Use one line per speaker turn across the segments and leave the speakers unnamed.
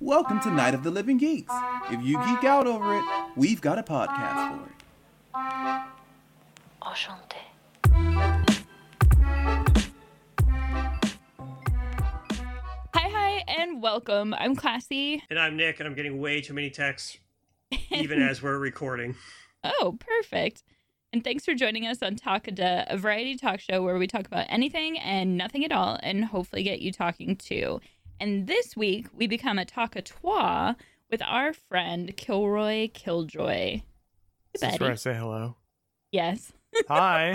Welcome to Night of the Living Geeks. If you geek out over it, we've got a podcast for it.
Enchanté.
Hi, hi, and welcome. I'm Classy.
And I'm Nick, and I'm getting way too many texts, even as we're recording.
Oh, perfect. And thanks for joining us on Takada, a variety talk show where we talk about anything and nothing at all and hopefully get you talking too. And this week, we become a talkatois with our friend Kilroy Killjoy.
This
Hey,
is where I
buddy.
say hello.
Yes.
Hi,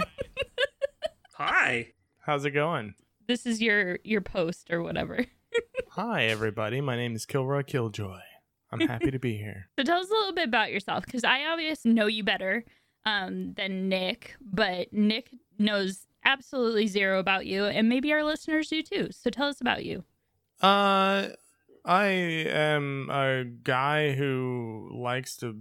Hi.
how's it going?
This is your your post or whatever.
Hi, everybody. My name is Kilroy Killjoy. I'm happy to be here.
So tell us a little bit about yourself because I obviously know you better um, than Nick, but Nick knows absolutely zero about you, and maybe our listeners do too. So tell us about you.
Uh, I am a guy who likes to.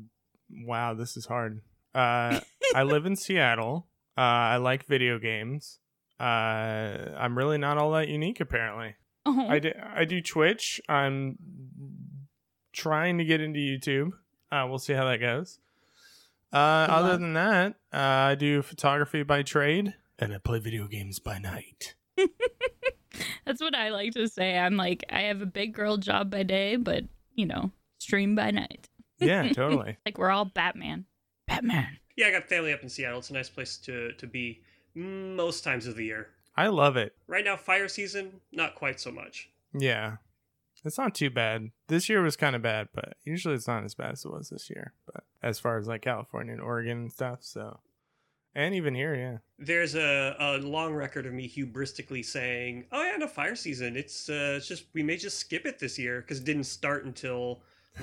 Wow, this is hard. Uh, I live in Seattle. Uh, I like video games. Uh, I'm really not all that unique, apparently.
Oh,
I do, I do Twitch. I'm trying to get into YouTube. Uh, we'll see how that goes. Uh,
Good
other
luck.
than that, uh, I do photography by trade and I play video games by night.
that's what I like to say. I'm like, I have a big girl job by day, but you know, stream by night.
Yeah, totally.
Like we're all Batman. Batman.
Yeah, I got family up in Seattle. It's a nice place to, to be most times of the year.
I love it.
Right now, fire season, not quite so much.
Yeah. It's not too bad. This year was kind of bad, but usually it's not as bad as it was this year. But as far as like California and Oregon and stuff, so and even here, yeah.
There's a, a long record of me hubristically saying, "Oh yeah, no fire season. It's uh, it's just we may just skip it this year because it didn't start until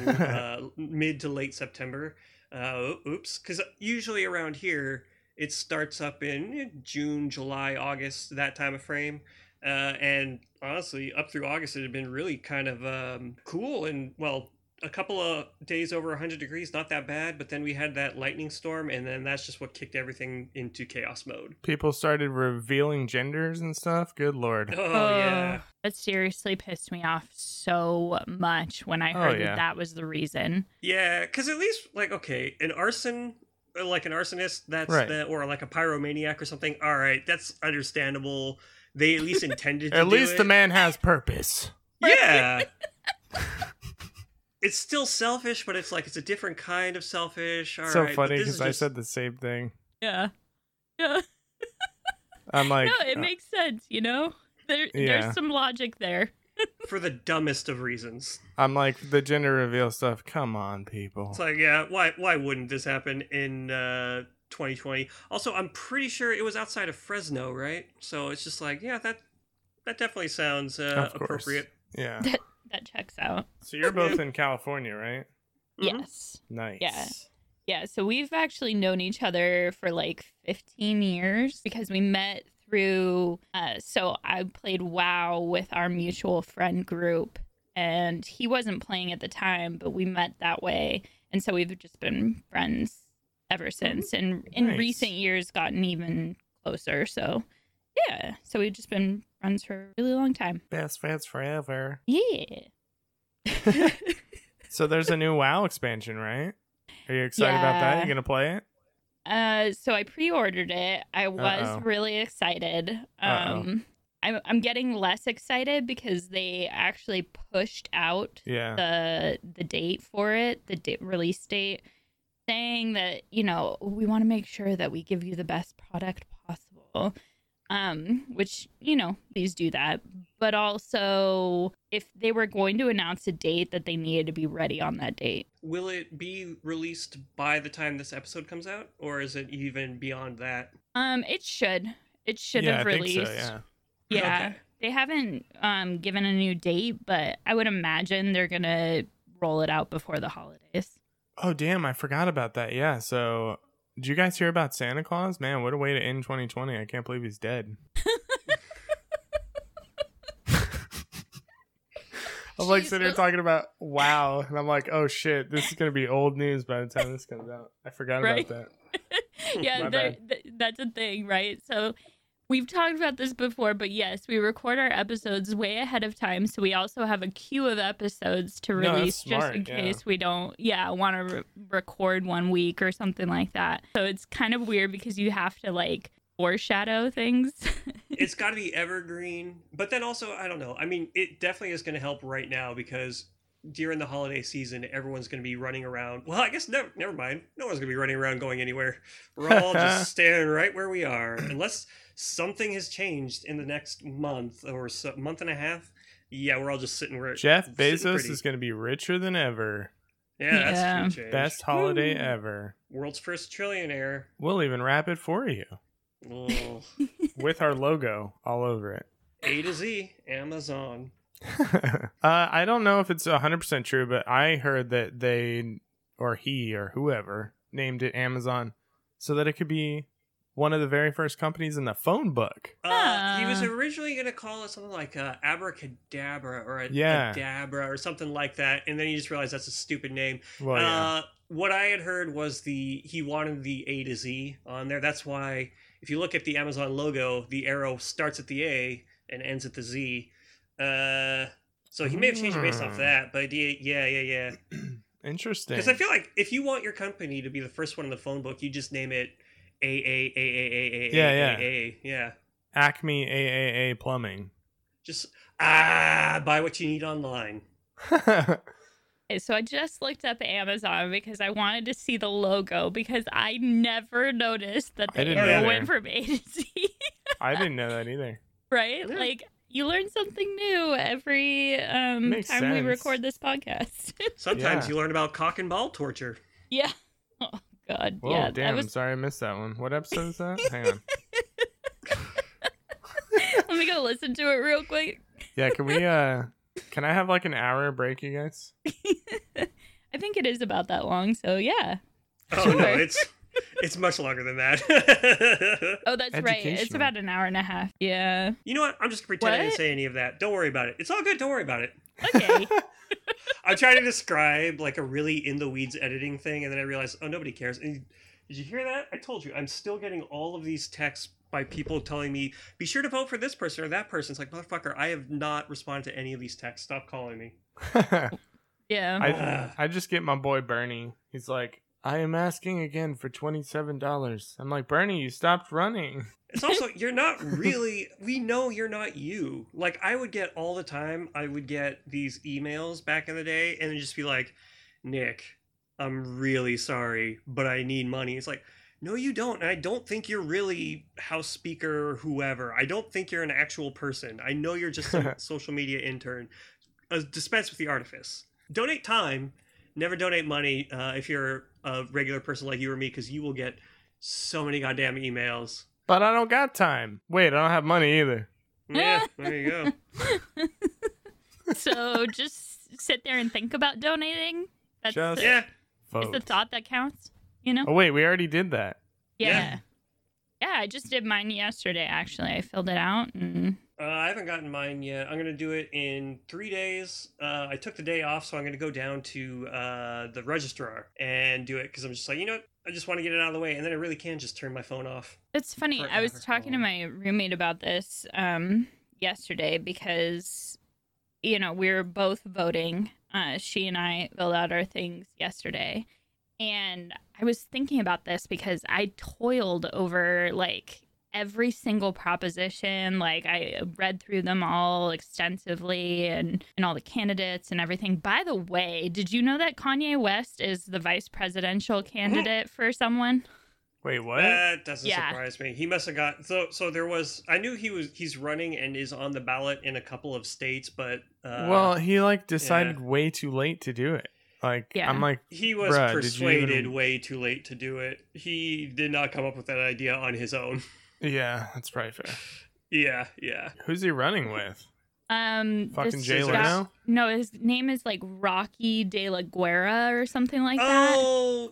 uh, mid to late September. Uh, o- oops, because usually around here it starts up in eh, June, July, August, that time of frame. Uh, and honestly, up through August, it had been really kind of um, cool and well, a couple of days over 100 degrees, not that bad. But then we had that lightning storm, and then that's just what kicked everything into chaos mode.
People started revealing genders and stuff. Good lord.
Oh yeah,
Ugh. That seriously pissed me off so much when I
Oh,
heard
yeah.
that that was the reason.
yeah. Because at least like okay, an arson. uh, Like an arsonist, that's
Right.
the, or like a pyromaniac or something. All right, that's understandable. They at least intended. to
At
do
least the
it.
man has purpose.
Yeah. it's still selfish, but it's like it's a different kind of selfish. All right,
so
but
funny
this
because
is
I
just-
said the same thing.
Yeah. Yeah.
I'm like, uh,
no, it makes sense, you know? There,
Yeah.
There's some logic there.
for the dumbest of reasons.
I'm like the gender reveal stuff. Come on, people.
It's like, yeah, why why wouldn't this happen in uh 2020? Also, I'm pretty sure it was outside of Fresno, right? So it's just like, yeah, that that definitely sounds uh,
Of course.
appropriate.
yeah.
That checks out.
So you're both in California, right? Mm-hmm.
Mhm.
Yes.
Nice.
Yeah. Yeah, so we've actually known each other for like 15 years because we met through. Uh, so I played WoW with our mutual friend group, and he wasn't playing at the time, but we met that way. And so we've just been friends ever since, and in
Nice.
recent years, gotten even closer. So, yeah, so we've just been friends for a really long time.
Best friends forever.
Yeah.
So there's a new WoW expansion, right? Are you excited about that?
Yeah.
You gonna play it?
Uh, so I pre-ordered it. I was
Uh-oh.
really excited.
Uh-oh.
Um, I'm I'm getting less excited because they actually pushed out
Yeah.
the the date for it, the da- release date, saying that you know we want to make sure that we give you the best product possible. Um, which you know, please do that. But also, if they were going to announce a date, that they needed to be ready on that date.
Will it be released by the time this episode comes out, or is it even beyond that?
Um, it should it should
yeah,
have
I think
released.
so, yeah.
Yeah.
Okay.
They haven't um, given a new date, but I would imagine they're going to roll it out before the holidays.
Oh damn, I forgot about that. Yeah. So did you guys hear about Santa Claus? Man, what a way to end 2020. I can't believe he's dead. I'm like sitting here
Jesus.
talking about wow, and I'm like, oh shit, this is gonna be old news by the time this comes out. I forgot
Right.
about that.
yeah,
Hmm, My
they're- th- that's a thing, right? So We've talked about this before, but yes, we record our episodes way ahead of time, so we also have a queue of episodes to
No, that's
release just
smart,
in
yeah.
case we don't, yeah, want to re- record one week or something like that. So it's kind of weird because you have to like foreshadow things.
it's got to be evergreen but then also i don't know i mean it definitely is going to help right now because during the holiday season everyone's going to be running around well i guess never, never mind no one's going to be running around going anywhere we're all just staying right where we are unless something has changed in the next month or so, month and a half yeah we're all just sitting where
Jeff
sitting
Bezos
pretty.
is going to be richer than ever.
yeah that's
Yeah.
true change.
Best holiday
Woo.
ever.
world's first trillionaire
We'll even wrap it for you
Ugh.
with our logo all over it.
a to z amazon
uh, I don't know if it's 100% true, but I heard that they, or he, or whoever, named it Amazon so that it could be one of the very first companies in the phone book.
Uh, he was
Ah.
originally going to call it something like uh, abracadabra or a,
Yeah.
dabra or something like that, and then he just realized that's a stupid name.
Well, yeah.
uh, what I had heard was the he wanted the A to Z on there. That's why if you look at the Amazon logo, the arrow starts at the A and ends at the Z. Uh, so he may have changed it based off
Hmm.
that, but yeah, yeah, yeah, yeah.
Interesting.
Because I feel like if you want your company to be the first one in the phone book, you just name it A A A A A A
Yeah, yeah.
A A yeah.
Acme AAA Plumbing.
Just ah, buy what you need online.
Okay, Eh, so I just looked up Amazon because I wanted to see the logo because I never noticed that
I
the
didn't
arrow
either.
went from A to Z.
I didn't know that either.
right?
Yeah.
Like you learn something new every um, time
Makes
we
sense.
record this podcast.
Sometimes
Yeah.
you learn about cock and ball torture.
yeah. Oh God.
Whoa,
yeah.
damn.
I was.
Sorry I missed that one. What episode is that? Hang on.
Let me go listen to it real quick.
Yeah, can we, uh, can I have like an hour break, you guys?
I think it is about that long. So yeah.
Oh no,
Sure.
it's it's much longer than that.
Oh, that's right. It's
Educational.
about an hour and a half. Yeah.
you know what? I'm just gonna pretend I didn't
What?
say any of that. Don't worry about it. It's all good. Don't worry about it.
Okay.
I'm trying to describe like a really in the weeds editing thing, and then I realized, oh, nobody cares. And did you hear that? I told you, I'm still getting all of these texts by people telling me, be sure to vote for this person or that person. It's like, motherfucker, I have not responded to any of these texts. Stop calling me.
yeah.
I
Ugh.
I just get my boy Bernie. He's like, I am asking again for twenty seven dollars. I'm like, Bernie, you stopped running.
It's also you're not really. We know you're not you. Like I would get all the time. I would get these emails back in the day, and it'd just be like, "Nick, I'm really sorry, but I need money." It's like, no, you don't. And I don't think you're really House Speaker or whoever. I don't think you're an actual person. I know you're just a social media intern. Uh, dispense with the artifice. Donate time. Never donate money uh, if you're a regular person like you or me, because you will get so many goddamn emails.
But I don't got time. Wait, I don't have money either.
Yeah, there you go.
so just sit there and think about donating. That's
Just
the,
Yeah,
it's the
Vote.
thought that counts. You know.
Oh wait, we already did that.
Yeah. Yeah, I just did mine yesterday actually. I filled it out and
uh, I haven't gotten mine yet. I'm gonna do it in three days. Uh, I took the day off, so I'm gonna go down to uh, the registrar and do it because I'm just like, you know, what? I just want to get it out of the way, and then I really can just turn my phone off.
It's funny. I was
Forever.
talking to my roommate about this um, yesterday because, you know, we were both voting. Uh, she and I filled out our things yesterday. And I was thinking about this because I toiled over like every single proposition. Like I read through them all extensively and, and all the candidates and everything. By the way, did you know that Kanye West is the vice presidential candidate for someone?
Wait, what?
That doesn't
Yeah.
surprise me. He must have got so. So there was. I knew he was. He's running and is on the ballot in a couple of states, but uh,
well, he like decided way too late to do it. Like
Yeah.
I'm like,
he was
Bruh, did you
persuaded
even-
way too late to do it. He did not come up with that idea on his own.
yeah, that's probably fair.
yeah, yeah.
Who's he running with?
Um,
Fucking
this
Jay
guy-
Leno.
No, his name is like Rocky De La Guerra or something like that.
Oh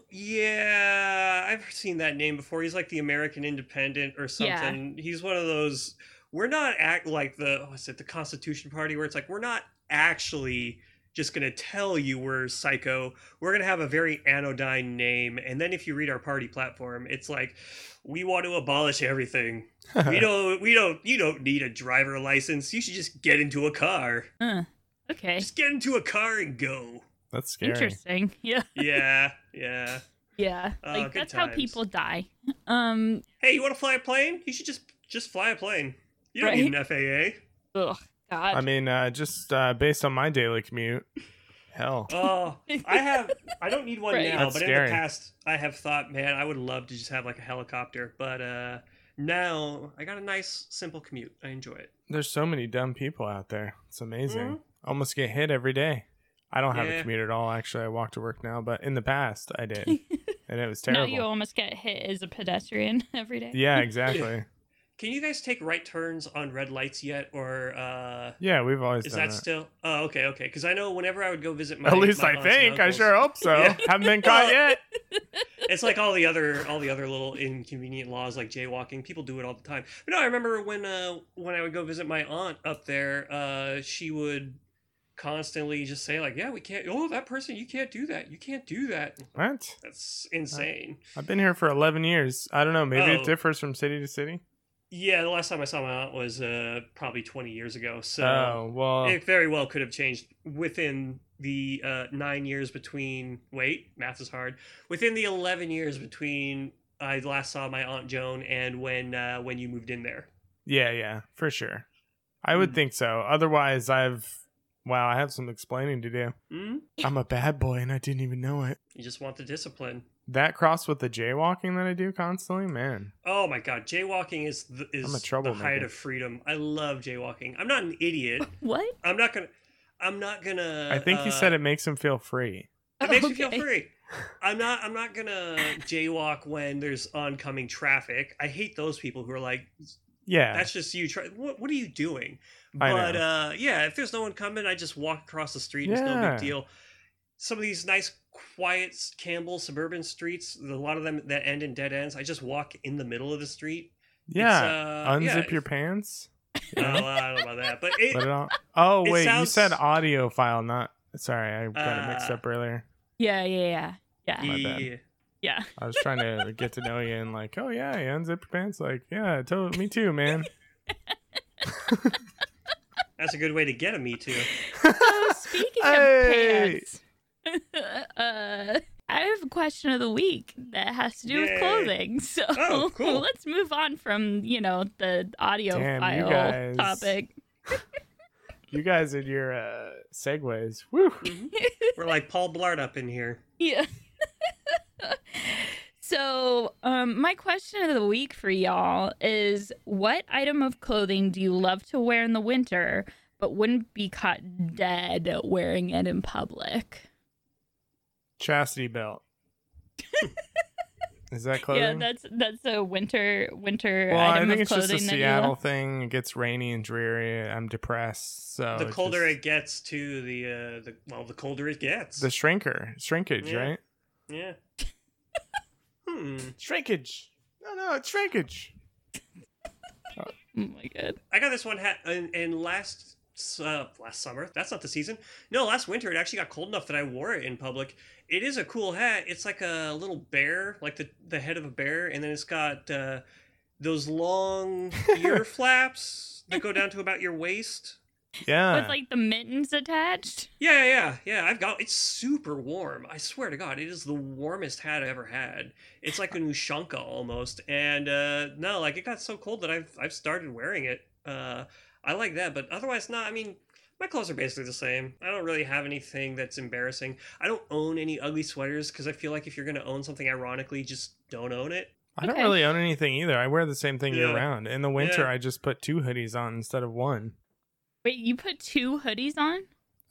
yeah, I've seen that name before. He's like the American Independent or
Yeah.
something. He's one of those. We're not act like the what's it? The Constitution Party, where it's like we're not actually just going to tell you we're psycho. We're going to have a very anodyne name. And then if you read our party platform, it's like, we want to abolish everything. we don't, we don't, you don't need a driver license. You should just get into a car.
Huh. Uh, Okay.
Just get into a car and go.
That's scary.
Interesting. Yeah.
Yeah, yeah.
Yeah.
Oh,
like
good
that's how
times.
people die. Um
Hey, you want to fly a plane? You should just just fly a plane. You don't need an FAA.
ugh, God.
I mean, uh, just uh, based on my daily commute, hell.
Oh, I have. I don't need one
Right.
now,
That's
but
scary.
in the past, I have thought, man, I would love to just have like a helicopter. But uh now I got a nice, simple commute. I enjoy it.
There's so many dumb people out there. It's amazing.
Mhm.
Almost get hit every day. I don't have a
Yeah.
commute at all. Actually, I walk to work now, but in the past, I did, and it was terrible.
Now you almost get hit as a pedestrian every day.
yeah, exactly.
Can you guys take right turns on red lights yet, or uh
Yeah, we've always
is
done
that
that.
still? Oh, okay, okay. Because I know whenever I would go visit my
At least
my
I
aunts and
think. I
uncles-
sure hope so.
Yeah.
Haven't been caught yet.
it's like all the other all the other little inconvenient laws like jaywalking people do it all the time but no i remember when uh when i would go visit my aunt up there uh she would constantly just say like yeah we can't oh that person you can't do that you can't do that
What?
that's insane
I've been here for 11 years. I don't know. Maybe it
Oh.
differs from city to city.
yeah the last time i saw my aunt was uh probably 20 years ago so
oh, well.
it very well could have changed within the uh, nine years between wait math is hard within the 11 years between i last saw my aunt joan and when uh, when you moved in there
yeah, yeah, for sure. I would
Mm.
think so. Otherwise, I've. Wow, I have some explaining to do.
mm?
I'm a bad boy and I didn't even know it.
you just want the discipline
That cross with the jaywalking that I do constantly, man.
oh my god jaywalking is the,
I'm a
is the
troublemaker.
height of freedom i love jaywalking i'm not an idiot
What?
i'm not gonna i'm not gonna
I think
uh,
you said it makes him feel free.
It makes me
Okay.
feel free. I'm not. I'm not gonna jaywalk when there's oncoming traffic. I hate those people who are like,
Yeah.
That's just you. Try, what, what are you doing?
I
But
know.
uh, yeah, if there's no one coming, I just walk across the street. It's no
Yeah.
big deal. Some of these nice, quiet Campbell suburban streets, a lot of them that end in dead ends, I just walk in the middle of the street. It's,
yeah.
uh,
Unzip
yeah.
your pants.
No, I don't know about that, but it,
Let it out. Oh,
it
wait.
sounds-
You said audio file, not. Sorry, I got it mixed
Uh,
up earlier.
Yeah, yeah, yeah. Yeah.
my bad.
yeah.
Yeah.
I was trying to get to know you and like, oh yeah, you unzip your pants. Like, yeah, to- me too, man.
that's a good way to get a me too.
So speaking of
Hey!
pants, uh, I have a question of the week that has to do
Yay.
with clothing. So
Oh, cool.
let's move on from you know the audio
Damn, you
file
guys.
topic.
you guys and your uh, segues. Woo.
Mm-hmm. We're like Paul Blart up in here.
Yeah. so, um, my question of the week for y'all is what item of clothing do you love to wear in the winter but wouldn't be caught dead wearing it in public?
Chastity belt. Is that clothing?
Yeah, that's that's a winter winter
well, I
item
think
of
it's
clothing
just a
that
Seattle
you
thing. It gets rainy and dreary. I'm depressed. So
the
Oh, it's
colder
just-
it gets, to the uh, the well, the colder it gets.
the shrinker, shrinkage,
Yeah.
right?
yeah. hmm.
Shrinkage. No, no, it's shrinkage.
Oh my god.
I got this one hat, and, and last uh, last summer. That's not the season. No, last winter it actually got cold enough that I wore it in public. It is a cool hat. It's like a little bear, like the the head of a bear, and then it's got uh, those long ear flaps that go down to about your waist.
Yeah.
With like the mittens attached.
Yeah, yeah, yeah. I've got it's super warm. I swear to God, it is the warmest hat I ever had. It's like an ushanka almost. And uh, no, like it got so cold that I've I've started wearing it. Uh, I like that, but otherwise not. I mean, my clothes are basically the same. I don't really have anything that's embarrassing. I don't own any ugly sweaters because I feel like if you're gonna own something, ironically, just don't own it.
I don't
Okay.
really own anything either. I wear the same thing year
Yeah.
round. In the winter,
Yeah.
I just put two hoodies on instead of one.
Wait, you put two hoodies on?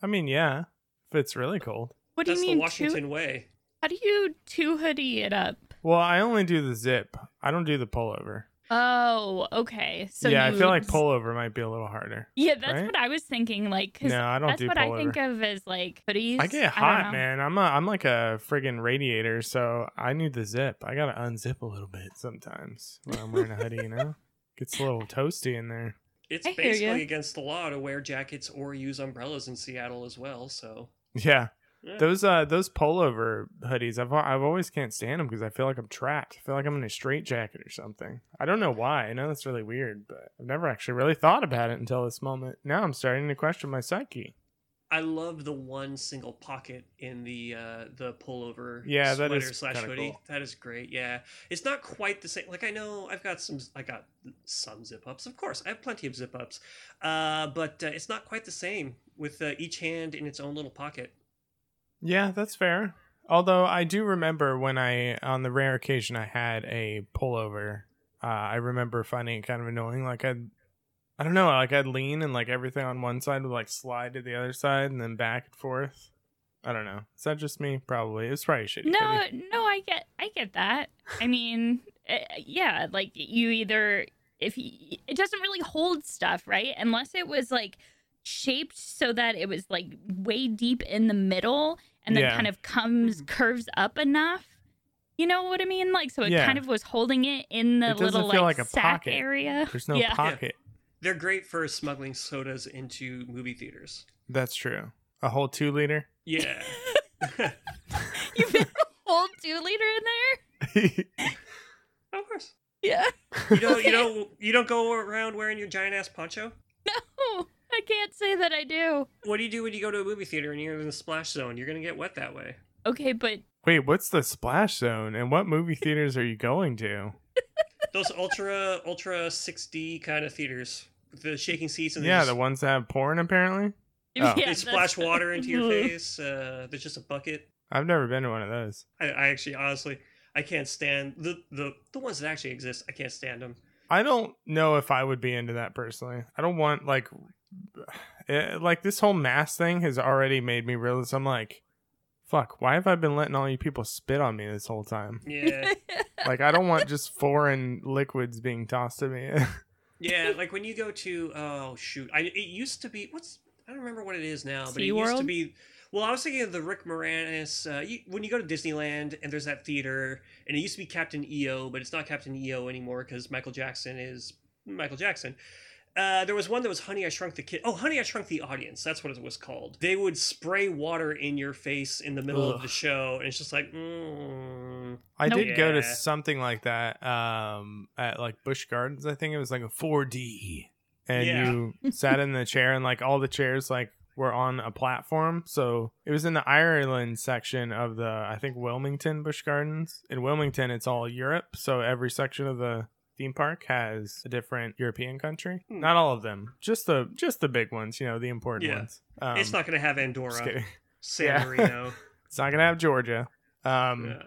I mean, yeah, if it's really cold.
What do
that's
you
the
mean
Washington
two?
way.
How do you two hoodie it up?
Well, I only do the zip. I don't do the pullover.
Oh, okay. So
yeah,
you-
I feel like pullover might be a little harder.
Yeah, that's
right?
what I was thinking. Like, 'cause
No, I don't
that's
do
what
pullover.
I think of as like hoodies.
I get
don't
hot,
know.
man. I'm a, I'm like a friggin' radiator, so I need the zip. I gotta unzip a little bit sometimes when I'm wearing a hoodie. You know, gets a little toasty in there.
It's
I hear ya.
basically against the law to wear jackets or use umbrellas in Seattle as well. So
Yeah.
Yeah.
Those uh those pullover hoodies, I've I've always can't stand them because I feel like I'm trapped. I feel like I'm in a straitjacket or something. I don't know why. I know that's really weird, but I've never actually really thought about it until this moment. Now I'm starting to question my psyche.
I love the one single pocket in the uh, the pullover.
Yeah, that
sweater
is
slash
kinda
hoodie.
cool.
That is great. Yeah, it's not quite the same. Like I know I've got some. I got some zip ups, of course. I have plenty of zip ups, uh, but uh, it's not quite the same with uh, each hand in its own little pocket.
Yeah, that's fair. Although I do remember when I on the rare occasion I had a pullover, uh, I remember finding it kind of annoying. Like I'd I don't know, like I'd lean and like everything on one side would like slide to the other side and then back and forth. I don't know. Is that just me? Probably. It's probably shitty.
No,
hoodie.
no, I get, I get that. I mean, eh, yeah, like you either if y it doesn't really hold stuff, right? Unless it was like shaped so that it was like way deep in the middle and then
Yeah.
kind of comes curves up enough. You know what I mean? Like so, it
Yeah.
kind of was holding it in the
It doesn't
little
feel
like,
like a
sack
pocket.
area.
There's no
yeah.
pocket.
They're great for smuggling sodas into movie theaters.
That's true. A whole two liter.
Yeah,
you fit a whole two liter in there.
of course.
Yeah.
You don't you don't you don't go around wearing your giant ass poncho.
No, Oh, I can't say that I do.
What do you do when you go to a movie theater and you're in the splash zone? You're gonna get wet that way.
Okay, but
Wait, what's the splash zone? And what movie theaters are you going to?
those ultra ultra 6D kind of theaters with the shaking seats and they
Yeah,
just-
the ones that have porn apparently. Oh.
yeah,
they
They
that's- Mm-hmm.
splash water into your
Ugh.
face. Uh, there's just a bucket.
I've never been to one of those.
I, I actually honestly I can't stand the the the ones that actually exist. I can't stand them.
I don't know if I would be into that personally. I don't want like eh, like this whole mass thing has already made me realize I'm like fuck, why have I been letting all you people spit on me this whole time?
Yeah,
Like I don't want just foreign liquids being tossed at me.
yeah. Like when you go to oh shoot, I it used to be what's I don't remember what it is now, but it used to
SeaWorld?
be. Well, I was thinking of the Rick Moranis. Uh, you, when you go to Disneyland and there's that theater, and it used to be Captain EO, but it's not Captain EO anymore because Michael Jackson is Michael Jackson. Uh, there was one that was Honey I Shrunk the Kid. Oh, Honey I Shrunk the Audience. That's what it was called. They would spray water in your face in the middle of
Ugh.
the show, and it's just like, mm.
I
Nope.
did go to
Yeah.
something like that um at like Busch Gardens, I think it was like a 4D. And
Yeah.
you sat in the chair and like all the chairs like were on a platform. So it was in the Ireland section of the I think Wilmington Busch Gardens. In Wilmington it's all Europe, so every section of the theme park has a different European country.
Hmm.
Not all of them, just the just the big ones, you know, the important
Yeah.
ones. Um,
it's not going to have
just
Andorra,
kidding.
San
Yeah.
Marino.
It's not gonna have Georgia. Um,
Yeah.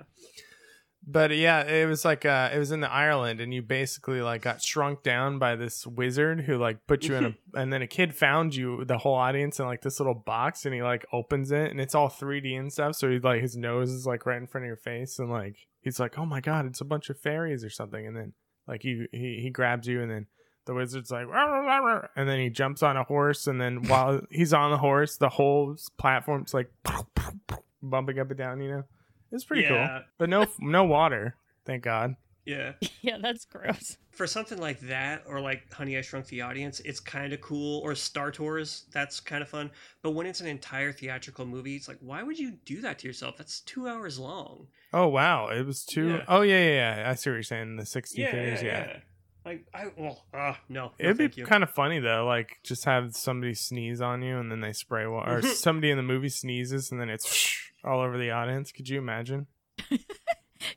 but yeah it was like uh it was in the ireland and you basically like got shrunk down by this wizard who like put you in a and then a kid found you the whole audience in like this little box and he like opens it and it's all 3d and stuff so he like his nose is like right in front of your face and like he's like oh my god it's a bunch of fairies or something and then like you he, he grabs you and then the wizard's like "Rah, rah, rah, rah," and then he jumps on a horse and then while he's on the horse the whole s- platform's like bumping up and down you know it's pretty cool
yeah,
but no no water thank god
Yeah.
yeah, that's gross.
for something like that or like honey i shrunk the audience it's kind of cool or star tours that's kind of fun but when it's an entire theatrical movie it's like why would you do that to yourself that's two hours long
oh wow it was two
Yeah.
oh yeah yeah, yeah i see what you're saying the 60 theaters yeah,
like i well uh no, no
it'd
thank
be
you.
kind of funny though like just have somebody sneeze on you and then they spray water or somebody in the movie sneezes and then it's all over the audience could you imagine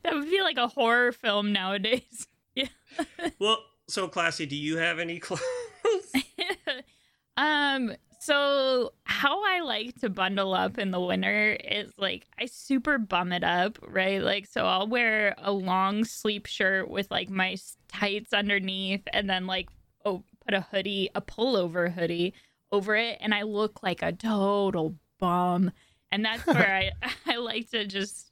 That would be like a horror film nowadays.
well so classy do you have any clothes
um, so how I like to bundle up in the winter is like I super bum it up, right? Like so I'll wear a long sleeve shirt with like my s- tights underneath and then like oh put a hoodie, a pullover hoodie over it and I look like a total bum. And that's where I I like to just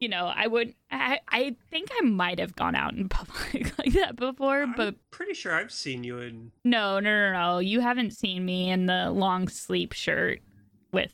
you know, I would I I think I might have gone out in public like that before,
I'm
but
pretty sure i've seen you in
no, no, no, no. You haven't seen me in the long sleeve shirt with.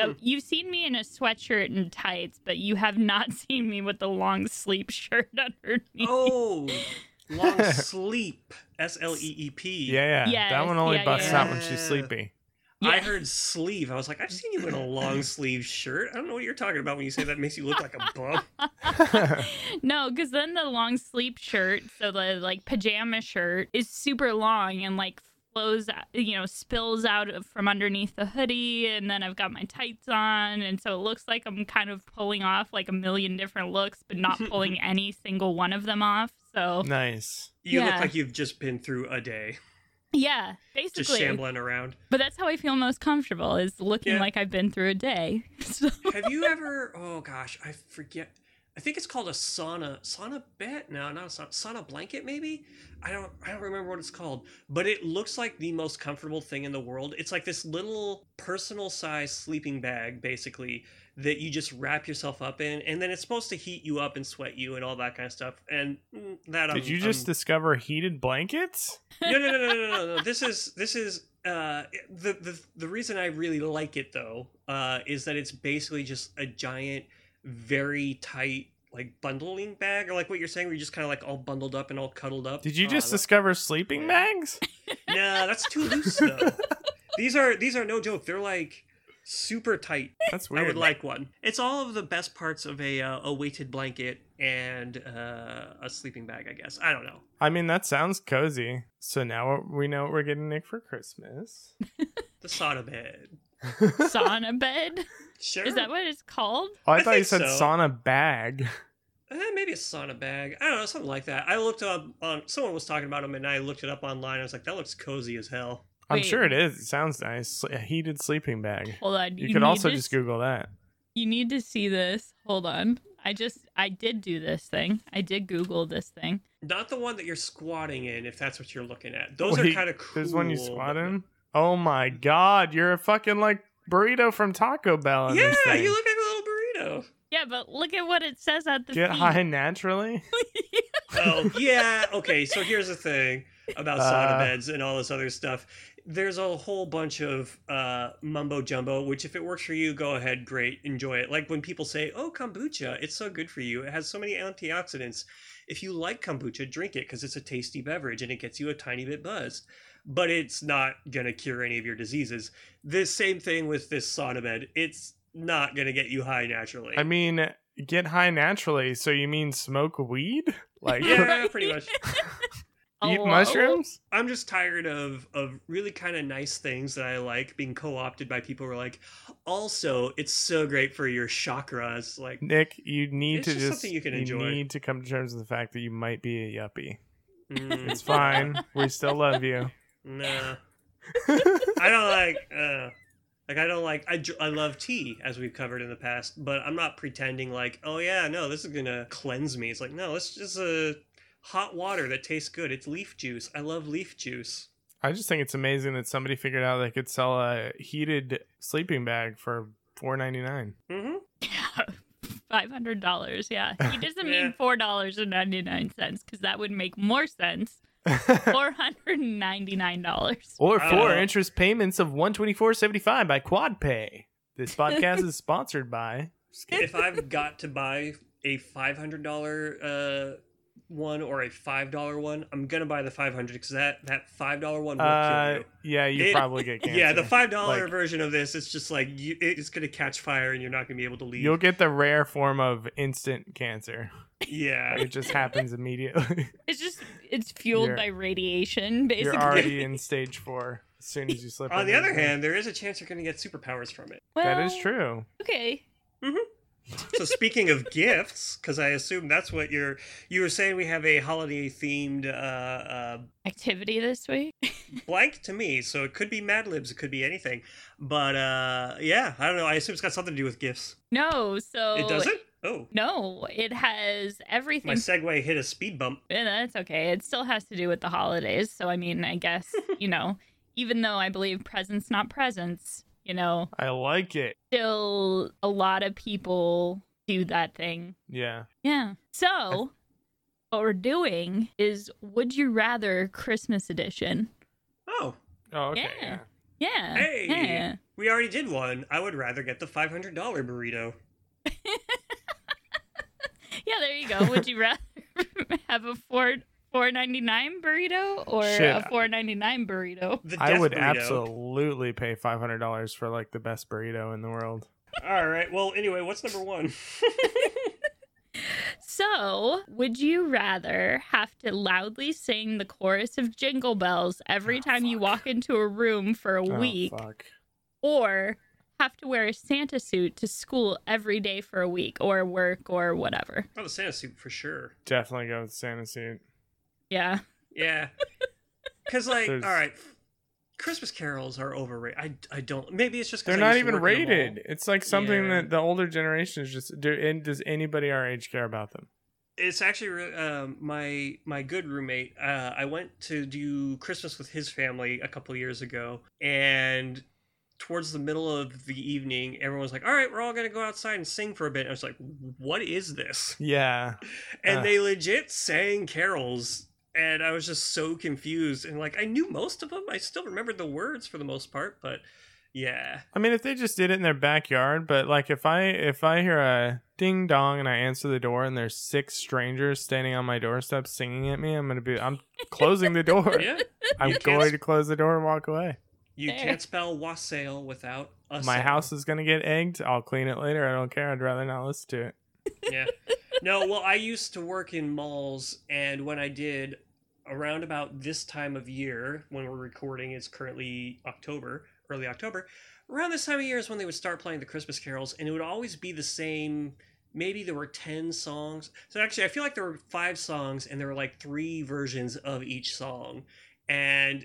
Hmm.
Oh, you've seen me in a sweatshirt and tights, but you have not seen me with the long sleeve shirt underneath.
oh long sleep E s-l-e-e-p
yeah yeah that
Yes,
one only
yeah,
busts
yeah.
out when she's
Yeah.
sleepy
I
Yeah.
heard sleeve. I was like, I've seen you in a long sleeve shirt. I don't know what you're talking about when you say that makes you look like a bum.
No, because then the long sleeve shirt, so the like pajama shirt, is super long and like flows, uh, you know, spills out of- from underneath the hoodie. And then I've got my tights on. And so it looks like I'm kind of pulling off like a million different looks, but not pulling any single one of them off. So,
nice.
You look
Yeah.
like you've just been through a day,
yeah, basically.
just shambling around.
But that's how I feel most comfortable is looking
Yeah.
like I've been through a day. So,
Have you ever? Oh gosh, I forget. I think it's called a sauna sauna bet. No, not a sauna, sauna blanket. Maybe I don't. I don't remember what it's called. But it looks like the most comfortable thing in the world. It's like this little personal size sleeping bag, basically, that you just wrap yourself up in, and then it's supposed to heat you up and sweat you and all that kind of stuff. And mm, that I'm-
Did you just
I'm-
discover heated blankets?
no, no, no, no, no, no, no. This is this is uh, the the the reason I really like it though uh, is that it's basically just a giant, very tight like bundling bag or like what you're saying, where you're just kind of like all bundled up and all cuddled up.
Did you
Oh,
just
that-
discover sleeping bags?
Nah, that's too loose though. these are these are no joke. They're like super tight.
That's
I
weird.
would like one. It's all of the best parts of a uh, a weighted blanket and uh, a sleeping bag, I guess. I don't know.
I mean, that sounds cozy. So now we know what we're getting Nick for Christmas.
The sauna bed.
sauna bed.
Sure.
Is that what it's called?
Oh, I,
I
thought you
think
said
so.
sauna bag.
Eh, maybe a sauna bag. I don't know, something like that. I looked up on someone was talking about them, and I looked it up online. I was like, that looks cozy as hell.
I'm
Wait.
sure it is. It sounds nice. A heated sleeping bag.
Hold on.
You, could also
need to
just Google that.
You need to see this. Hold on. I just I did do this thing. I did Google this thing.
Not the one that you're squatting in, if that's what you're looking at. Those are
Wait,
kind of cool.
There's one you
but-
squat in. Oh my god, you're a fucking like burrito from Taco Bell. in
Yeah,
this thing.
you look like a little burrito.
Yeah, but look at what it says at the
get
feet.
high naturally.
oh yeah okay so here's the thing about
Uh.
sauna beds and all this other stuff there's a whole bunch of uh, mumbo jumbo which if it works for you go ahead great enjoy it like when people say oh kombucha it's so good for you it has so many antioxidants if you like kombucha drink it because it's a tasty beverage and it gets you a tiny bit buzzed but it's not gonna cure any of your diseases the same thing with this sauna bed it's not gonna get you high naturally
I mean, get high naturally. So you mean smoke weed? Like
yeah Oh, pretty much
eat
Hello?
mushrooms?
I'm just tired of of really kind of nice things that I like being co-opted by people who are like, also, it's so great for your chakras. Like,
Nick, you need
It's
to
just
just
something you can enjoy.
need to come to terms with the fact that you might be a yuppie.
mm,
It's fine. we still love you.
nah, I don't like. Uh, like I don't like. I dr- I love tea as we've covered in the past, but I'm not pretending like, oh yeah, no, this is gonna cleanse me. It's like, no, it's just a hot water that tastes good. It's leaf juice. I love leaf juice.
I just think it's amazing that somebody figured out they could sell a heated sleeping bag for four ninety nine.
Mm-hmm.
Five hundred dollars. Yeah, he doesn't
Yeah.
mean four dollars and ninety nine cents because that would make more sense. Four hundred and ninety nine dollars.
or
Uh,
four interest payments of one twenty four seventy five by QuadPay. This podcast is sponsored by. Just kidding.
if I've got to buy a five hundred dollar uh one or a five dollar one, I'm gonna buy the five hundred because that that five dollar one will
Uh,
kill
yeah, you
It-
probably get
you.
cancer.
Yeah, the five dollar
Like-
version of this, it's just like you, it's gonna catch fire and you're not gonna be able to leave.
You'll get the rare form of instant cancer.
yeah,
It just happens immediately.
It's just it's fueled
You're-
by radiation, basically.
You're already in stage four as soon as you slip.
On
under
the other
thing.
hand, there is a chance you're going to get superpowers from it.
that is
Well,
true.
Okay.
So speaking of gifts, because I assume that's what you're you were saying, we have a holiday themed uh, uh,
Activity this week.
blank to me, so it could be Mad Libs, it could be anything. But uh, yeah, I don't know. I assume it's got something to do with gifts.
No. So
It doesn't? Oh.
No, it has everything
My segue hit a speed bump.
Yeah, that's okay. It still has to do with the holidays. So, I mean, I guess, you know, even though I believe presents, not presents, you know,
I like it.
still a lot of people do that thing.
Yeah.
Yeah. So, what we're doing is Would You Rather Christmas Edition.
Oh,
Oh, okay.
Yeah. Yeah.
Hey.
Yeah.
we already did one. I would rather get the $500 burrito.
Yeah, there you go. Would you rather have a four four ninety nine burrito or
Shit.
a four ninety nine burrito?
The
I
death
would
burrito.
absolutely pay five hundred dollars for like the best burrito in the world.
All right. Well, anyway, what's number one?
So, would you rather have to loudly sing the chorus of Jingle Bells every
Ah,
time you
fuck.
walk into a room for a
Oh,
week,
fuck.
or have to wear a Santa suit to school every day for a week, or work, or whatever?
oh, the Santa suit for sure.
Definitely go with Santa suit.
Yeah.
Yeah. Because, like,
There's-
all right, Christmas carols are overrated. I, I don't. Maybe it's just 'cause
They're
I
not
used to
even
work in a mall.
rated. It's like something
Yeah.
that the older generation is just do. And does anybody our age care about them?
It's actually re- um, my my good roommate. Uh, I went to do Christmas with his family a couple years ago, and towards the middle of the evening, everyone was like, "All right, we're all gonna go outside and sing for a bit." And I was like, "What is this?"
Yeah,
And
Uh.
they legit sang carols, and I was just so confused. And like, I knew most of them. I still remembered the words for the most part, but yeah,
I mean, if they just did it in their backyard, but like if I if I hear a ding dong and I answer the door and there's six strangers standing on my doorstep singing at me, I'm gonna be I'm closing the door.
yeah.
I'm
You can't-
going to close the door and walk away.
You
Fair.
can't spell wassail without a
My
sail.
house is gonna get egged. I'll clean it later. I don't care. I'd rather not listen to it.
yeah. No, well, I used to work in malls, and when I did, around about this time of year, when we're recording, it's currently October, early October. Around this time of year is when they would start playing the Christmas carols, and it would always be the same. Maybe there were 10 songs. So actually, I feel like there were five songs, and there were like three versions of each song. And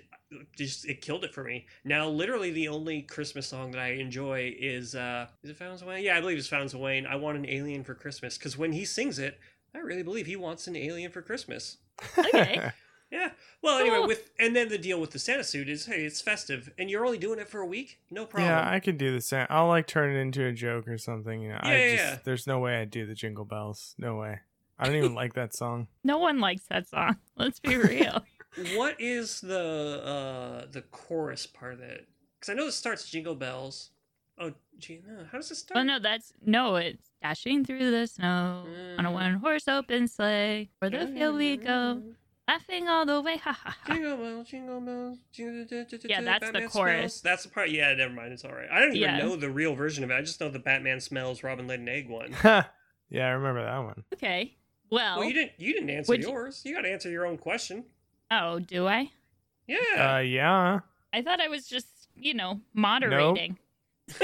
just it killed it for me. Now, literally, the only Christmas song that I enjoy is uh, is it Fountains of Wayne? Yeah, I believe it's Fountains of Wayne. I want an alien for Christmas because when he sings it, I really believe he wants an alien for Christmas.
Okay.
Yeah. Well, anyway,
Oh.
Cool.
with and then the deal with the Santa suit is, hey, it's festive, and you're only doing it for a week. No problem.
Yeah, I can do the same. I'll like turn it into a joke or something. You know, I
Yeah, yeah,
just
yeah.
there's no way I'd do the jingle bells. No way. I don't even like that song.
No one likes that song. Let's be real.
What is the uh the chorus part of it? Because I know it starts Jingle Bells. Oh, gee, no. How does it start?
well, Oh, no, that's no. It's dashing through the snow on a
Mm.
one horse open sleigh. O'er the field we go, laughing all the way. Ha ha ha.
Jingle bells, jingle bells, jingle da, da, da,
Yeah,
da,
that's the
Batman
chorus.
Smells. That's the part. Yeah, never mind. It's all right. I don't even
Yeah.
know the real version of it. I just know the Batman smells Robin laid an egg one.
yeah, I remember that one.
Okay. Well,
Well, you didn't. You didn't answer
Oh. Would you-
yours. You got to answer your own question.
oh, do I?
Yeah.
Uh, yeah.
I thought I was just, you know, moderating.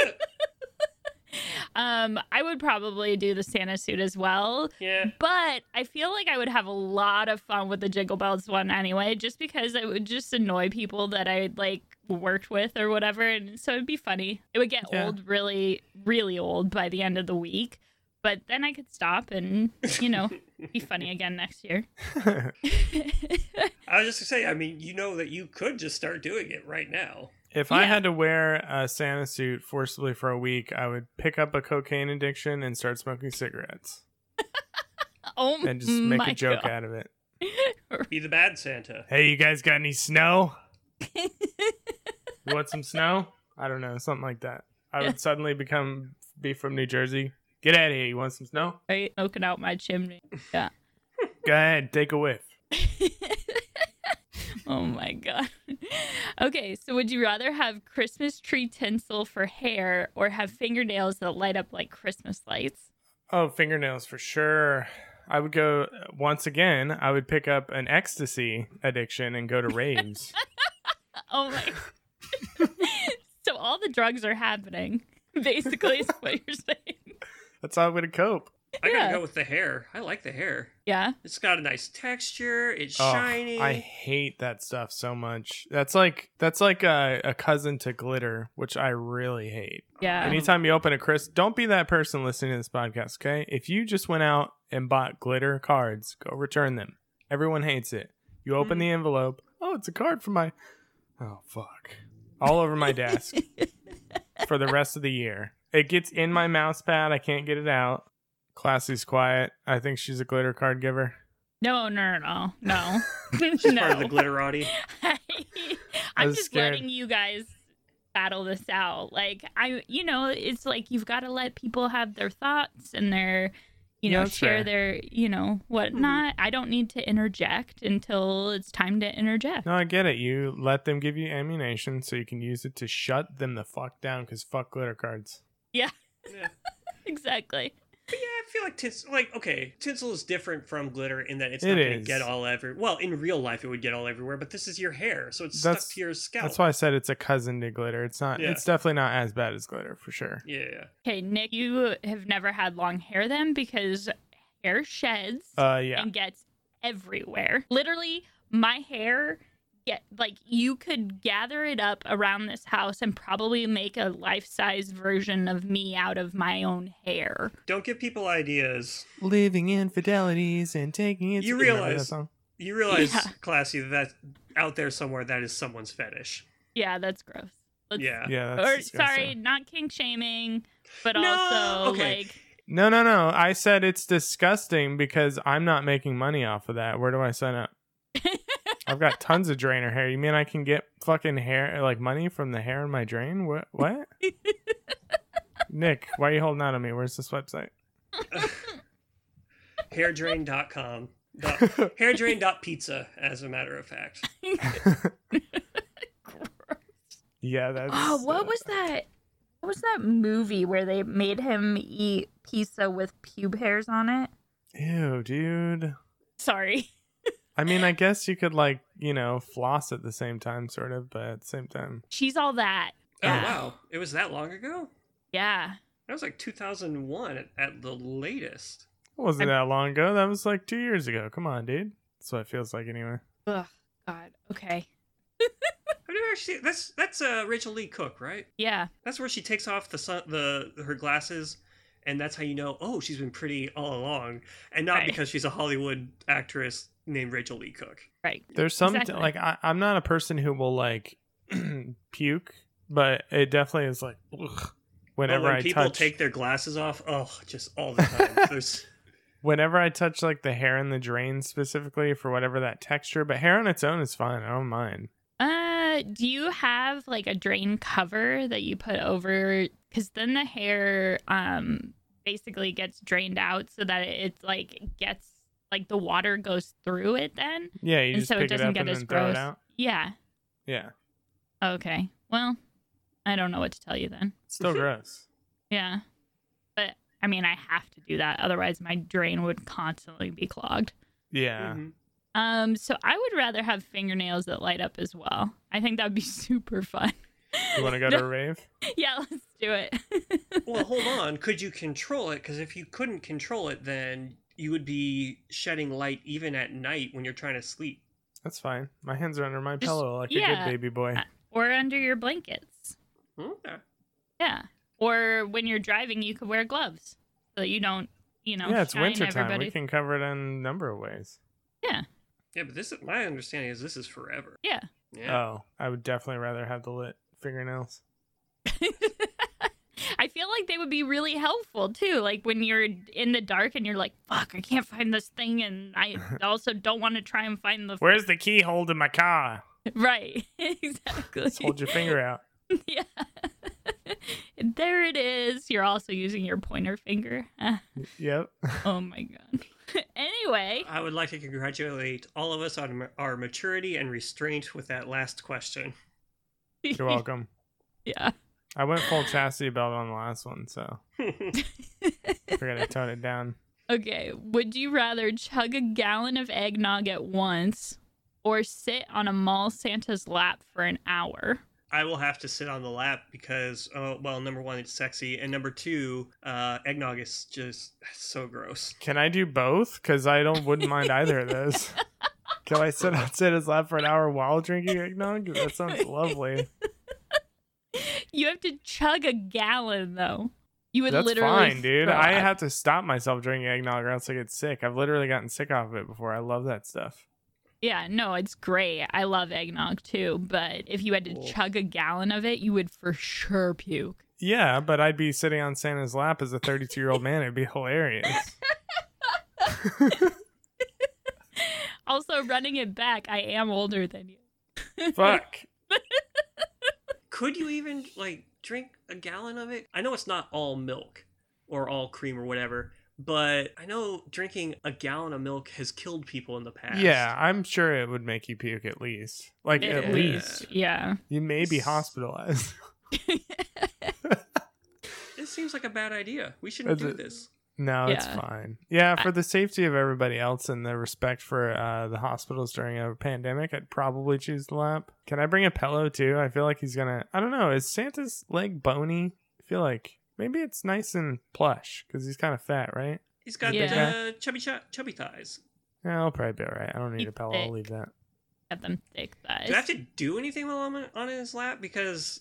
um, I would probably do the Santa suit as well.
yeah.
But I feel like I would have a lot of fun with the Jingle Bells one anyway, just because it would just annoy people that I like worked with or whatever. And so it'd be funny. It would get
Yeah.
old, really, really old by the end of the week. But then I could stop and, you know, be funny again next year.
I was just gonna say. I mean, you know that you could just start doing it right now.
if I
Yeah.
had to wear a Santa suit forcibly for a week, I would pick up a cocaine addiction and start smoking cigarettes
oh,
and just make
my
a joke
God.
out of it.
Be the bad Santa.
Hey, you guys got any snow? You want some snow? I don't know, something like that. I would suddenly become be from New Jersey. Get out of here. You want some snow?
Right? Smoking out my chimney.
Go ahead, take a whiff.
oh my god. Okay, so would you rather have Christmas tree tinsel for hair or have fingernails that light up like Christmas lights?
Oh, fingernails for sure. I would go once again. I would pick up an ecstasy addiction and go to raves.
Oh my. so all the drugs are happening. Basically, is what you're saying.
That's how I'm gonna cope.
I
Yeah.
gotta go with the hair. I like the hair.
Yeah.
It's got a nice texture. It's
Oh,
shiny.
I hate that stuff so much. That's like that's like a, a cousin to glitter, which I really hate.
Yeah.
Anytime you open a Chris, don't be that person listening to this podcast, okay? If you just went out and bought glitter cards, go return them. Everyone hates it. You open
Mm.
the envelope. Oh, it's a card for my. Oh fuck! All over my desk for the rest of the year. It gets in my mouse pad. I can't get it out. Classy's quiet. I think she's a glitter card giver.
No, no, no, no.
She's part of the
no.
glitterati.
I,
I
am
was
just
scared.
letting you guys battle this out. Like I, you know, it's like you've got to let people have their thoughts and their, you
Yeah,
know,
that's
share
fair. Hmm.
their, you know, whatnot. I don't need to interject until it's time to interject.
No, I get it. You let them give you ammunition so you can use it to shut them the fuck down because fuck glitter cards.
Yeah.
Exactly.
But yeah, I feel like tinsel, like okay, tinsel is different from glitter in that it's
It
not going
is.
to get all over. Well, in real life, it would get all everywhere, but this is your hair, so it's
That's-
stuck to your scalp.
That's why I said it's a cousin to glitter. It's not,
Yeah.
it's definitely not as bad as glitter for sure.
Yeah.
Okay, Nick, you have never had long hair then because hair sheds
Uh, yeah.
and gets everywhere. Literally, my hair get like you could gather it up around this house and probably make a life-size version of me out of my own hair.
Don't give people ideas.
Living infidelities and taking it.
You
to- remember that
realize-
song?
You realize,
Yeah.
Classy, that out there somewhere that is someone's fetish.
Yeah, that's gross. Let's
yeah.
Yeah. That's
or
disgusting.
sorry, not kink shaming, but
No,
also
okay.
like
No, no, no. I said it's disgusting because I'm not making money off of that. Where do I sign up? I've got tons of drainer hair. You mean I can get fucking hair, like money from the hair in my drain? What? What? Nick, why are you holding out on me? Where's this website?
Hairdrain.com. Dot, hairdrain.pizza, as a matter of fact.
Yeah, that's.
Oh, what was that? What was that movie where they made him eat pizza with pube hairs on it?
uh, Ew, dude.
Sorry.
I mean, I guess you could like you know floss at the same time, sort of, but at the same time,
She's all that.
Oh,
Yeah.
wow. It was that long ago?
Yeah.
That was like 2001 at, at the latest.
it wasn't that long ago. That was like two years ago. Come on, dude. That's what it feels like anyway.
Ugh. God. Okay.
I've never actually. That's that's uh, Rachel Lee Cook, right?
Yeah.
That's where she takes off the sun, the her glasses, and that's how you know. Oh, she's been pretty all along, and not
Right.
because she's a Hollywood actress named Rachel Lee Cook.
Right.
There's some
Exactly.
like I, I'm not a person who will like puke, but it definitely is like ugh,
But
whenever
when
I
people
touch
take their glasses off, oh, just all the time. There's
whenever I touch like the hair in the drain specifically for whatever that texture. But hair on its own is fine. I don't mind.
Uh, do you have like a drain cover that you put over? Because then the hair um basically gets drained out so that it's like gets like the water goes through it then,
Yeah, you
and
just
so it
pick it,
doesn't
up
get
and
as
then throw
gross.
it out.
Yeah.
Yeah,
Okay. Well, I don't know what to tell you then.
it's still
Mm-hmm.
gross.
Yeah. But I mean, I have to do that. Otherwise, my drain would constantly be clogged.
Yeah,
Mhm.
Um, so I would rather have fingernails that light up as well. I think that'd be super fun.
you want to go to a rave?
yeah, let's do it.
well, hold on. Could you control it? Because if you couldn't control it, then you would be shedding light even at night when you're trying to sleep.
That's fine. My hands are under my
Just-
pillow like
yeah.
a good baby boy.
Uh, or under your blankets.
Okay.
Yeah. Or when you're driving, you could wear gloves so that you don't, you know,
yeah, it's
shine
wintertime.
everybody.
We can cover it in a number of ways.
Yeah, but this is my understanding is this is forever.
Yeah.
Yeah.
Oh, I would definitely rather have the lit fingernails.
I feel like they would be really helpful too. Like when you're in the dark and you're like, fuck, I can't find this thing. And I also don't want to try and find the.
Where's the keyhole to my car?
Right. exactly.
Just hold your finger out.
yeah. there it is. You're also using your pointer finger. Ah,
Yep.
oh my God. anyway.
I would like to congratulate all of us on ma- our maturity and restraint with that last question.
You're welcome.
yeah.
I went full chastity belt on the last one, so I gotta tone it down.
Okay. Would you rather chug a gallon of eggnog at once or sit on a mall Santa's lap for an hour?
I will have to sit on the lap because, oh, well, number one, it's sexy, and number two, uh, eggnog is just so gross.
Can I do both? Because I don't wouldn't mind either of those. Can I sit on Santa's lap for an hour while drinking eggnog? That sounds lovely.
You have to chug a gallon though. You would
That's
literally
fine, dude.
throw
I
up.
have to stop myself drinking eggnog or else I get sick. I've literally gotten sick off of it before. I love that stuff.
Yeah, no, it's great. I love eggnog too, but if you had to
Cool.
chug a gallon of it, you would for sure puke.
Yeah, but I'd be sitting on Santa's lap as a 32 year old man. It'd be hilarious.
Also, running it back, I am older than you.
Fuck.
Could you even, like, drink a gallon of it? I know it's not all milk or all cream or whatever, but I know drinking a gallon of milk has killed people in the past.
Yeah, I'm sure it would make you puke at least. Like
It
at
is-
least
Yeah.
you may be
S-
hospitalized.
This seems like a bad idea. We shouldn't
Is
do
it-
this.
no, it's
Yeah.
fine. Yeah, for the safety of everybody else and the respect for uh, the hospitals during a pandemic, I'd probably choose the lap. Can I bring a pillow too? I feel like he's gonna. I don't know. Is Santa's leg bony? I feel like maybe it's nice and plush because he's kind of fat, right?
He's got
Yeah.
uh, chubby ch- chubby thighs.
Yeah, I'll probably be alright. I don't need
He's
a pillow. I'll
thick.
leave that.
Got them thick thighs.
Do I have to do anything while I'm on his lap? Because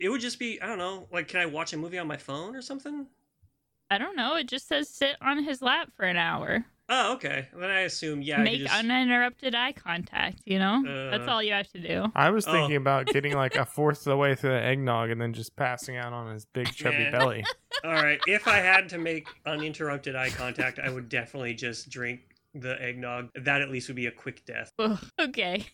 it would just be I don't know. Like, can I watch a movie on my phone or something?
I don't know. It just says sit on his lap for an hour.
Oh, okay. Then I assume yeah. I
Make
could just-
uninterrupted eye contact, you know? That's
Uh.
all you have to do.
I was
Oh.
thinking about getting like a fourth of the way through the eggnog and then just passing out on his big chubby
Yeah.
belly.
All right. If I had to make uninterrupted eye contact, I would definitely just drink the eggnog. That at least would be a quick death.
Ugh, okay.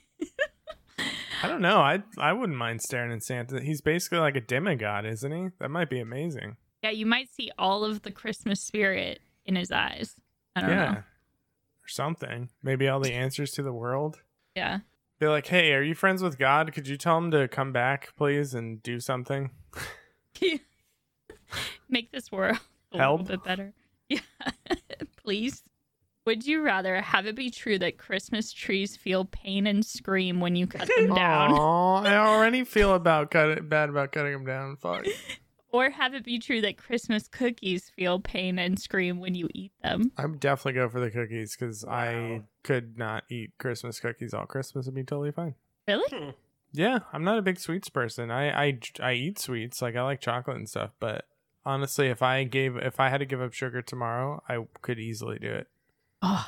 I don't know. I I wouldn't mind staring at Santa. He's basically like a demigod, isn't he? That might be amazing.
Yeah, you might see all of the Christmas spirit in his eyes. I don't
yeah.
know.
Or something. Maybe all the answers to the world.
Yeah.
Be like, hey, are you friends with God? Could you tell him to come back, please, and do something?
Make this world a
Help.
little bit better. Yeah. Please. Would you rather have it be true that Christmas trees feel pain and scream when you cut them down?
Aw, I already feel about cut bad about cutting him down. Fuck.
Or have it be true that Christmas cookies feel pain and scream when you eat them?
I'm definitely go for the cookies because I
Wow.
could not eat Christmas cookies all Christmas and be totally fine.
Really?
Hmm.
Yeah, I'm not a big sweets person. I, I I eat sweets, like I like chocolate and stuff, but honestly, if I gave if I had to give up sugar tomorrow, I could easily do it.
Oh,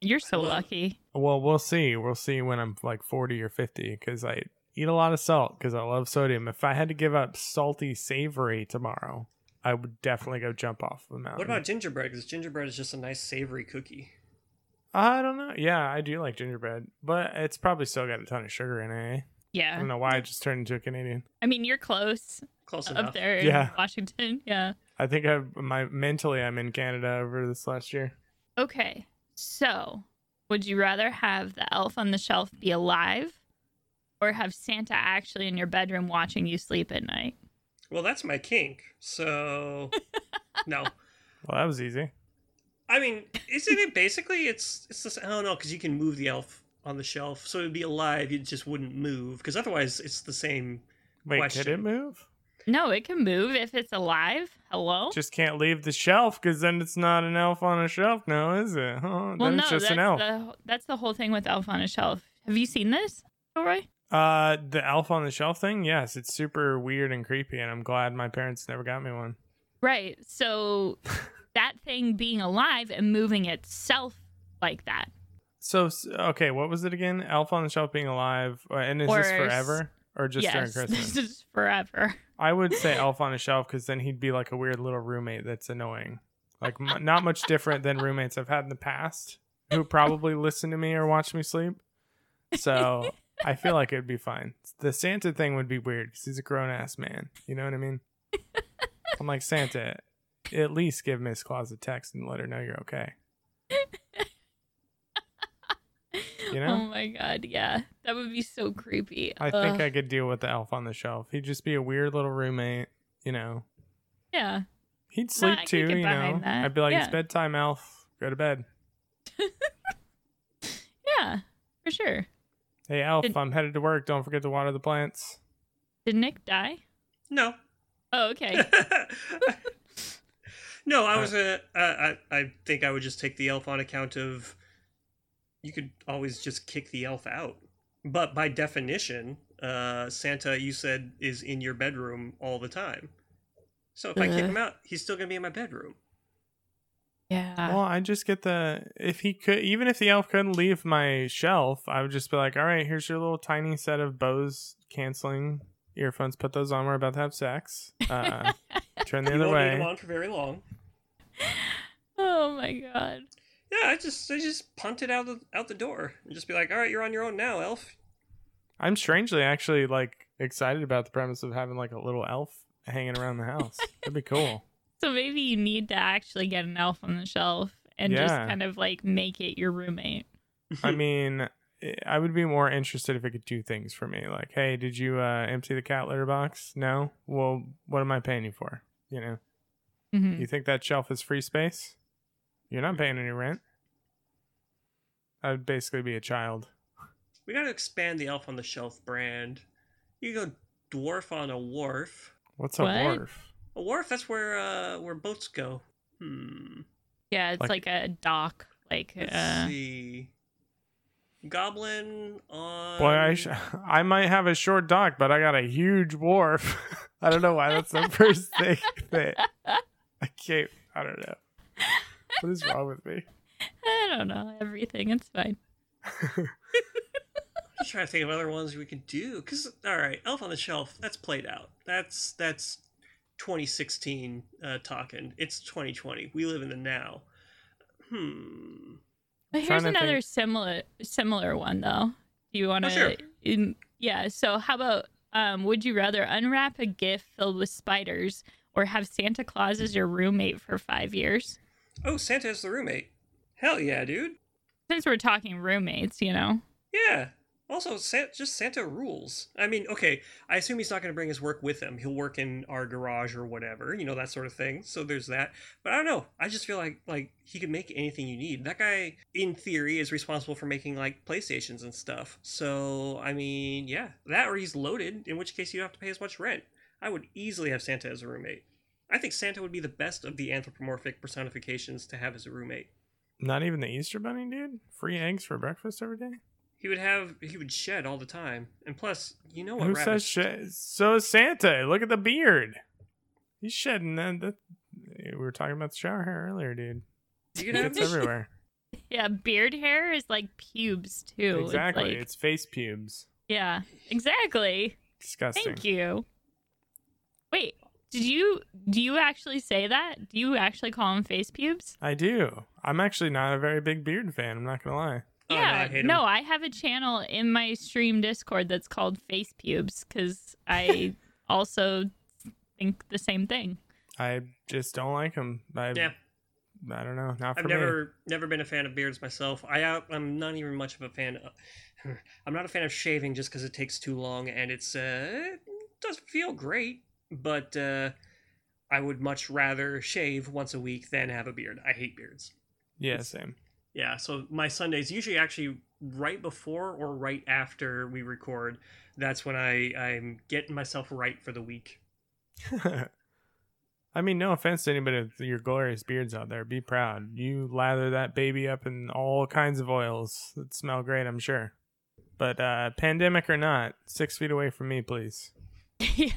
you're so
Well-
lucky.
Well, we'll see. We'll see when I'm like 40 or 50 cuz I eat a lot of salt cuz I love sodium. If I had to give up salty savory tomorrow, I would definitely go jump off the mountain.
What about gingerbread? Because gingerbread is just a nice savory cookie.
I don't know. Yeah, I do like gingerbread, but it's probably still got a ton of sugar in it. eh? I
Yeah.
don't know why I just turned into a Canadian.
I mean, you're close
Close
up
enough.
there in
Yeah.
Washington. Yeah.
I think I my mentally I'm in Canada over this last year.
Okay. So, would you rather have the elf on the shelf be alive or have Santa actually in your bedroom watching you sleep at night?
Well, that's my kink. So no.
Well, that was easy.
I mean, isn't it basically it's it's this I don't know because you can move the elf on the shelf, so it'd be alive. It just wouldn't move because otherwise it's the same.
Wait, could it
Question.
move?
No, it can move if it's alive. Hello?
Just can't leave the shelf because then it's not an elf on a shelf now, is it? Huh?
well,
then
no,
it's just
that's,
an elf.
The, that's the whole thing with Elf on a Shelf. Have you seen this, Roy?
Uh, the elf on the shelf thing. Yes, it's super weird and creepy, and I'm glad my parents never got me one.
Right. So, that thing being alive and moving itself like that.
So s- okay, what was it again? Elf on the shelf being alive, uh, and is
Or
this
s-
forever or just during
yes,
Christmas?
this is forever.
I would say elf on a shelf because then he'd be like a weird little roommate that's annoying. Like m- not much different than roommates I've had in the past who probably listen to me or watch me sleep. So I feel like it'd be fine. The Santa thing would be weird because he's a grown ass man. You know what I mean? I'm like Santa. At least give Miss Claus a text and let her know you're okay. You know?
Oh my god, yeah. That would be so creepy.
I think
Ugh,
I could deal with the elf on the shelf. He'd just be a weird little roommate. You know,
Yeah.
He'd sleep
I could
too,
get
you know.
behind that.
I'd be like, it's
Yeah.
bedtime, Elf. Go to bed.
Yeah. For sure.
Hey, Elf,
Did-
I'm headed to work. Don't forget to water the plants.
Did Nick die?
No.
Oh, okay.
no, I was a. Uh, I I think I would just take the elf on account of. You could always just kick the elf out, but by definition, uh, Santa you said is in your bedroom all the time. So if I kick
Uh.
him out, he's still gonna be in my bedroom.
yeah.
well, I just get the if he could, even if the elf couldn't leave my shelf, I would just be like, all right, here's your little tiny set of Bose canceling earphones. Put those on. We're about to have sex. Uh, turn the
you
other
won't need him
way.
on for very long.
Oh my god.
Yeah, I just I just punt it out the out the door and just be like, all right, you're on your own now, elf.
I'm strangely actually like excited about the premise of having like a little elf hanging around the house. That'd be cool.
So maybe you need to actually get an elf on the shelf and just
Yeah.
kind of like make it your roommate.
I mean, I- I would be more interested if it could do things for me. Like, hey, did you uh, empty the cat litter box? No. Well, what am I paying you for? You know,
Mhm.
you think that shelf is free space? You're not paying any rent. I would basically be a child.
We got to expand the Elf on the Shelf brand. You go dwarf on a wharf.
What's a
What?
wharf?
A wharf, that's where uh, where boats go. Hmm.
Yeah, it's like,
Like-
a dock. Like
Let's
uh,
see. Goblin on.
Boy, I sh-
Um,
I might have a short dock, but I got a huge wharf. I don't know why that's the first thing that I can't. I don't know. What is wrong with me?
I don't know everything. It's fine.
I'm just trying to think of other ones we could do. Cause all right, Elf on the Shelf. That's played out. That's that's 2016 uh, talking. It's 2020. We live in the now. Hmm.
But here's
trying to
another
think. Oh,
similar similar one though. Do you want to?
sure.
Yeah. So how about um, would you rather unwrap a gift filled with spiders or have Santa Claus as your roommate for five years?
Oh, Santa's the roommate. Hell yeah, dude.
Since we're talking roommates, you know.
Yeah. Also, San- just Santa rules. I mean, okay, I assume he's not going to bring his work with him. He'll work in our garage or whatever, you know, that sort of thing. So there's that. But I don't know. I just feel like like he can make anything you need. That guy, in theory, is responsible for making like PlayStations and stuff. So I mean, yeah, that or he's loaded, in which case you don't have to pay as much rent. I would easily have Santa as a roommate. I think Santa would be the best of the anthropomorphic personifications to have as a roommate.
Not even the Easter Bunny, dude. Free eggs for breakfast every day.
He would have he would shed all the time, and plus, you know what?
Who
rabbits
says shit? So is Santa. Look at the beard. He's shedding. That, that we were talking about the shower hair earlier, dude.
You could have
It's everywhere.
Yeah, beard hair is like pubes too.
exactly.
It's like,
It's face pubes.
yeah, exactly.
Disgusting.
Thank you. Wait, did you do you actually say that? Do you actually call them face pubes?
I do. I'm actually not a very big beard fan. I'm not gonna lie.
Oh, no, I
yeah,
hate 'em.
no, I have a channel in my stream Discord that's called Face Pubes because I also think the same thing.
I just don't like him. I,
Yeah,
I don't know. Not for
I've
me.
never never been a fan of beards myself. I out- I'm not even much of a fan. Of, I'm not a fan of shaving just because it takes too long and it's uh it doesn't feel great. But uh, I would much rather shave once a week than have a beard. I hate beards.
Yeah, same.
Yeah, so my Sundays usually actually right before or right after we record. That's when I I'm getting myself right for the week.
I mean, no offense to anybody with your glorious beards out there. Be proud. You lather that baby up in all kinds of oils that smell great, I'm sure. But uh, pandemic or not, six feet away from me, please.
yeah.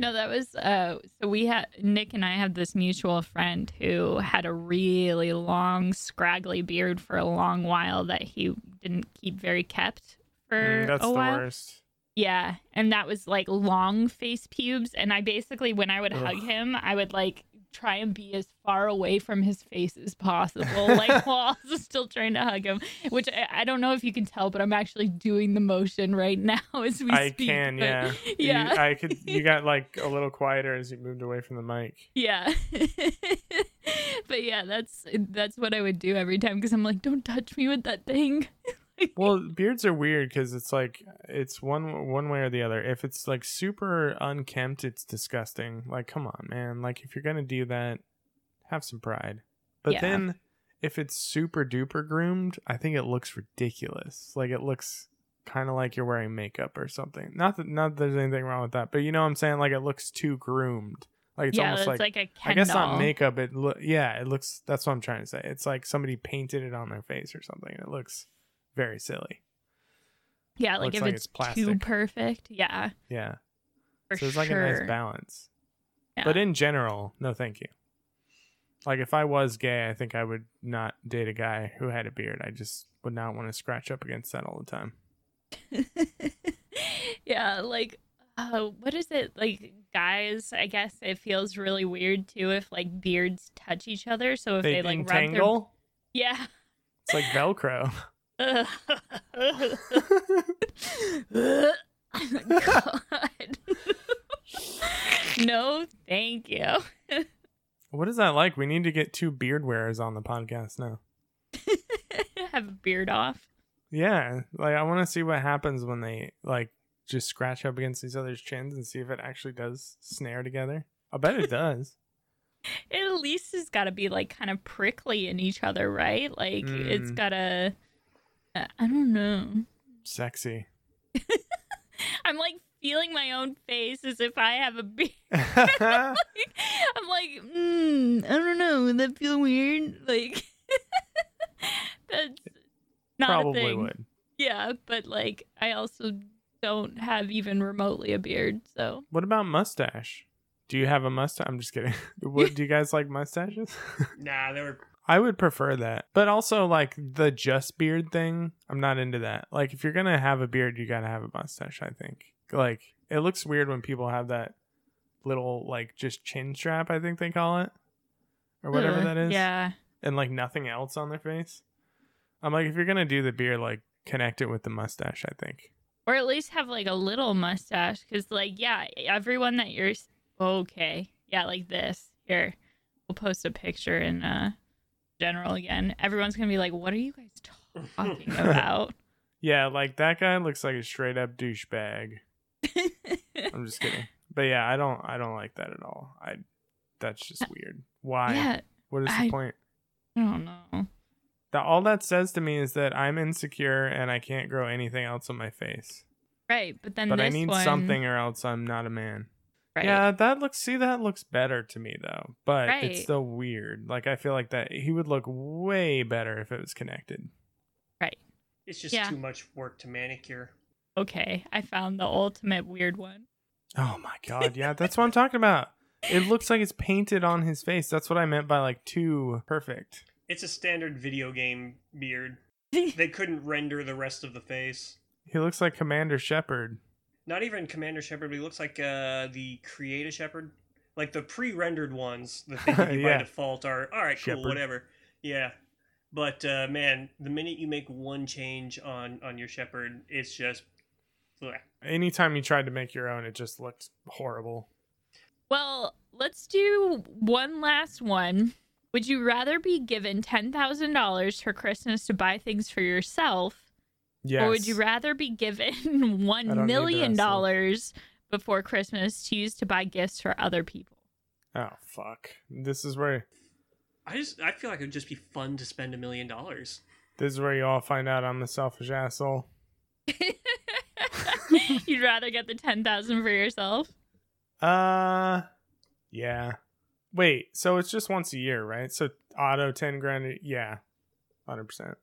no, that was uh so we had Nick and I have this mutual friend who had a really long scraggly beard for a long while that he didn't keep very kept for
Mm, that's
a
the
while.
worst.
Yeah, and that was like long face pubes and I basically when I would hug
Ugh.
him, I would like try and be as far away from his face as possible like while also still trying to hug him which I, I don't know if you can tell but i'm actually doing the motion right now as we
I
speak
can,
but-
yeah.
yeah
You, I could. You got like a little quieter as you moved away from the mic.
Yeah. but yeah, that's that's what I would do every time because I'm like, don't touch me with that thing.
Well, beards are weird because it's like it's one one way or the other. If it's like super unkempt, it's disgusting. Like, come on, man. Like, if you're gonna do that, have some pride. But
Yeah.
then, if it's super duper groomed, I think it looks ridiculous. Like, it looks kind of like you're wearing makeup or something. Not that not that there's anything wrong with that, but you know what I'm saying? Like, it looks too groomed. Like, it's
yeah,
almost
that's
like,
like, a Ken
I guess
doll.
not makeup. It lo- yeah, it looks. That's what I'm trying to say. It's like somebody painted it on their face or something. It looks very silly.
Yeah, like
looks
if
like
it's,
it's plastic.
too perfect. Yeah,
Yeah.
for
so it's
sure.
like a nice balance.
Yeah.
But in general, no thank you. Like if I was gay, I think I would not date a guy who had a beard. I just would not want to scratch up against that all the time.
yeah, like uh, what is it? Like guys, I guess it feels really weird too if like beards touch each other. So if they,
they
like rub their
entangle.
yeah.
It's like Velcro.
Ugh. God. no, thank you.
What is that like? We need to get two beard wearers on the podcast now.
Have a beard off.
Yeah, like I want to see what happens when they like just scratch up against each other's chins and see if it actually does snare together. I bet it does.
It at least has got to be like kind of prickly in each other, right? Like it's
Mm.
got to. I I don't know.
Sexy.
I'm like feeling my own face as if I have a beard.
That's
I'm like, mm, I don't know. Would that feel weird? Like, that's not a
probably
thing.
would.
Yeah, but like, I also don't have even remotely a beard. So
What about mustache? Do you have a mustache? I'm just kidding. What do you guys like mustaches?
Nah, they were
I would prefer that. But also like the just beard thing, I'm not into that. Like if you're going to have a beard, you got to have a mustache, I think. Like it looks weird when people have that little like just chin strap, I think they call it. Or whatever
Ugh,
that is.
Mm, Yeah,
And like nothing else on their face. I'm like if you're going to do the beard, like connect it with the mustache, I think.
or at least have like a little mustache, because like, yeah, everyone that you're s- okay, yeah, like this. Here, we'll post a picture in uh general again. Everyone's gonna be like, "What are you guys talking about?"
Yeah, like that guy looks like a straight up douchebag. I'm just kidding. But yeah, I don't I don't like that at all. I that's just weird. Why?
yeah,
what is the
I-
point?
I don't know.
That all that says to me is that I'm insecure and I can't grow anything else on my face.
Right, but then
but
this
I need
one,
something or else I'm not a man.
Right.
Yeah, that looks see that looks better to me though. But
Right.
it's still weird. Like I feel like that he would look way better if it was connected.
it's just
Yeah.
too much work to manicure.
Okay, I found the ultimate weird one.
Oh my god, yeah, that's what I'm talking about. It looks like it's painted on his face. That's what I meant by like too perfect.
It's a standard video game beard.
yeah,
They couldn't render the rest of the face.
He looks like Commander Shepard.
Not even Commander Shepard, but he looks like uh, the Creator Shepard. Like the pre-rendered ones that they give you by
Yeah.
default are all right,
Shepherd.
cool, whatever. Yeah, but uh, man, the minute you make one change on on your Shepherd, it's just bleh.
Anytime you tried to make your own, it just looked horrible.
Well, let's do one last one. Would you rather be given $10,000 for Christmas to buy things for yourself,
Yes.
or would you rather be given $1
either,
million
actually.
dollars before Christmas to use to buy gifts for other people?
Oh fuck. This is where
I just I feel like it would just be fun to spend a million dollars.
this is where you all find out I'm a selfish asshole.
You'd rather get the 10000 for yourself?
Uh yeah. Wait, so it's just once a year, right? So auto ten grand a- yeah. Hundred percent.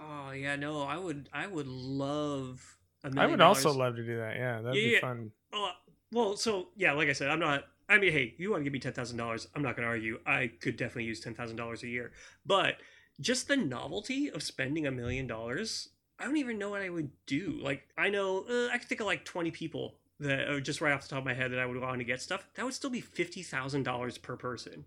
Oh yeah, no, I would I would love. A
I
million
would also
dollars.
love to do that, yeah. That'd
Yeah,
be
yeah.
fun.
Oh, well, so yeah, like I said, I'm not. I mean, hey, you want to give me ten thousand dollars? I'm not going to argue. I could definitely use ten thousand dollars a year, but just the novelty of spending a million dollars, I don't even know what I would do. Like, I know uh, I could think of like twenty people that uh, just right off the top of my head that I would want to get stuff. That would still be fifty thousand dollars per person.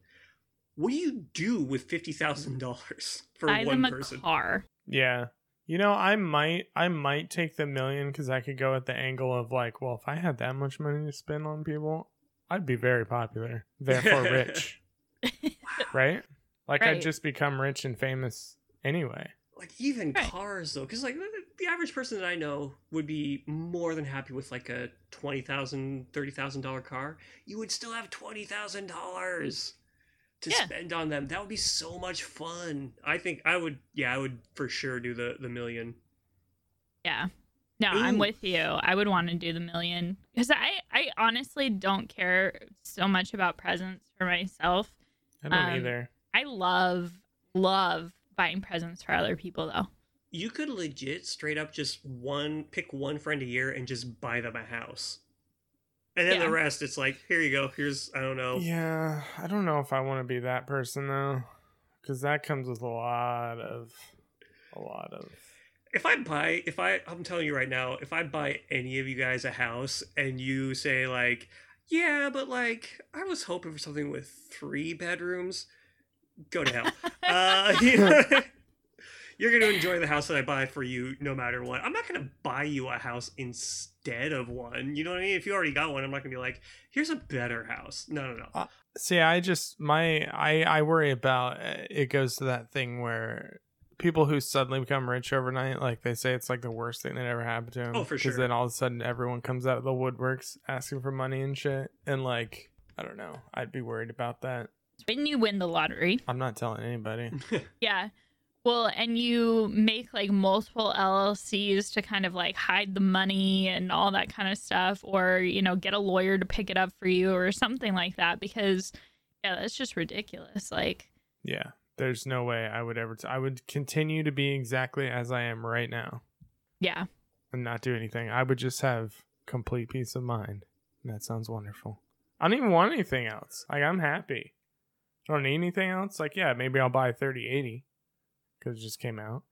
What do you do with fifty thousand dollars for
buy
one
them a
person?
car.
Yeah. You know, I might I might take the million because I could go at the angle of like, well, if I had that much money to spend on people, I'd be very popular. Therefore rich. right? Like
Right.
I'd just become rich and famous anyway.
like even
Right.
cars though because like the- the average person that i know would be more than happy with like a $20000 $30000 car you would still have $20000 to
Yeah.
spend on them that would be so much fun i think i would yeah i would for sure do the the million
Yeah. No, I'm
Ooh.
with you. I would want to do the million because I, I honestly don't care so much about presents for myself.
I don't
Um,
either.
I love, love buying presents for other people though.
you could legit straight up just one pick one friend a year and just buy them a house and then
Yeah.
the rest it's like here you go here's i don't know
Yeah, I don't know if I want to be that person though, because that comes with a lot of, a lot of.
if I buy, if I, I'm telling you right now, if I buy any of you guys a house and you say like, yeah, but like I was hoping for something with three bedrooms, go to hell. uh, you know, You're going to enjoy the house that I buy for you no matter what. I'm not going to buy you a house instead of one. You know what I mean? If you already got one, I'm not going to be like, here's a better house. No, no, no.
See, I just my I I worry about uh, it goes to that thing where people who suddenly become rich overnight, like they say, it's like the worst thing that ever happened to them.
Oh, for sure.
then all of a sudden, everyone comes out of the woodworks asking for money and shit, and like I don't know, I'd be worried about that.
When you win the lottery,
I'm not telling anybody.
Hmm.
yeah. Well, and you make like multiple LLCs to kind of like hide the money and all that kind of stuff, or, you know, get a lawyer to pick it up for you or something like that because, yeah, that's just ridiculous. Like,
Yeah, there's no way I would ever. T- I would continue to be exactly as I am right now
yeah.
and not do anything. I would just have complete peace of mind. And that sounds wonderful. I don't even want anything else. Like I'm happy. I don't need anything else. Like yeah, maybe I'll buy a 3080 because it just came out.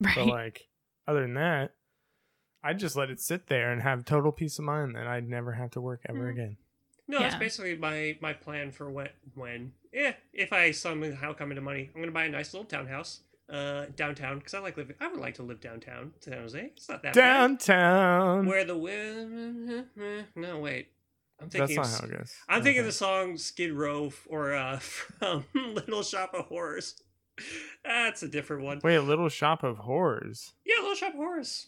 Right.
But like other than that, I'd just let it sit there and have total peace of mind that I'd never have to work ever
Hmm.
Mhm.
again.
No, that's
Yeah.
basically my my plan for what when eh, if I somehow come into money, I'm gonna buy a nice little townhouse uh downtown because I like living. I would like to live downtown San Jose. It's not that bad.
Downtown.
where the wind. No wait, I'm
That's
thinking.
not
Of,
how
s-
it goes.
I'm thinking of
Okay.
the song Skid Row f- or uh from Little Shop of Horrors. That's a different one.
Wait, Little Shop of Horrors.
Yeah, Little Shop of Horrors.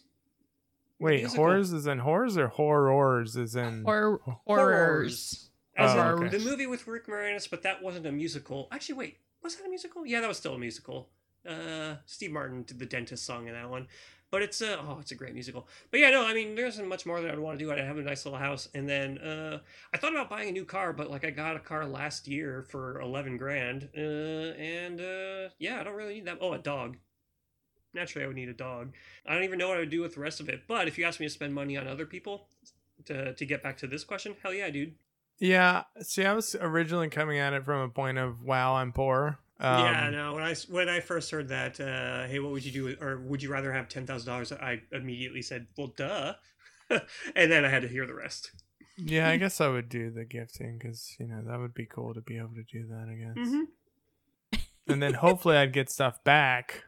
Wait,
musical.
horrors is in horrors or horrors is in
Or horrors.
As in
Oh, okay.
the movie with Rick Moranis, but that wasn't a musical. Actually, wait, was that a musical? Yeah, that was still a musical. Uh, Steve Martin did the dentist song in that one, but it's a oh, it's a great musical. But yeah, no, I mean, there isn't much more that I'd want to do. I have a nice little house, and then uh, I thought about buying a new car, but like I got a car last year for eleven grand, uh, and uh, yeah, I don't really need that. Oh, a dog. Naturally, I would need a dog. I don't even know what I would do with the rest of it. But if you ask me to spend money on other people, to to get back to this question, hell yeah, dude.
Yeah. See, I was originally coming at it from a point of wow, I'm poor. Um,
yeah, no. When I s- when I first heard that, uh, hey, what would you do, with- or would you rather have ten thousand dollars? I immediately said, well, duh, and then I had to hear the rest.
yeah, I guess I would do the gifting because you know that would be cool to be able to do that. I guess.
Mm-hmm.
Mhm.
And then hopefully I'd get stuff back.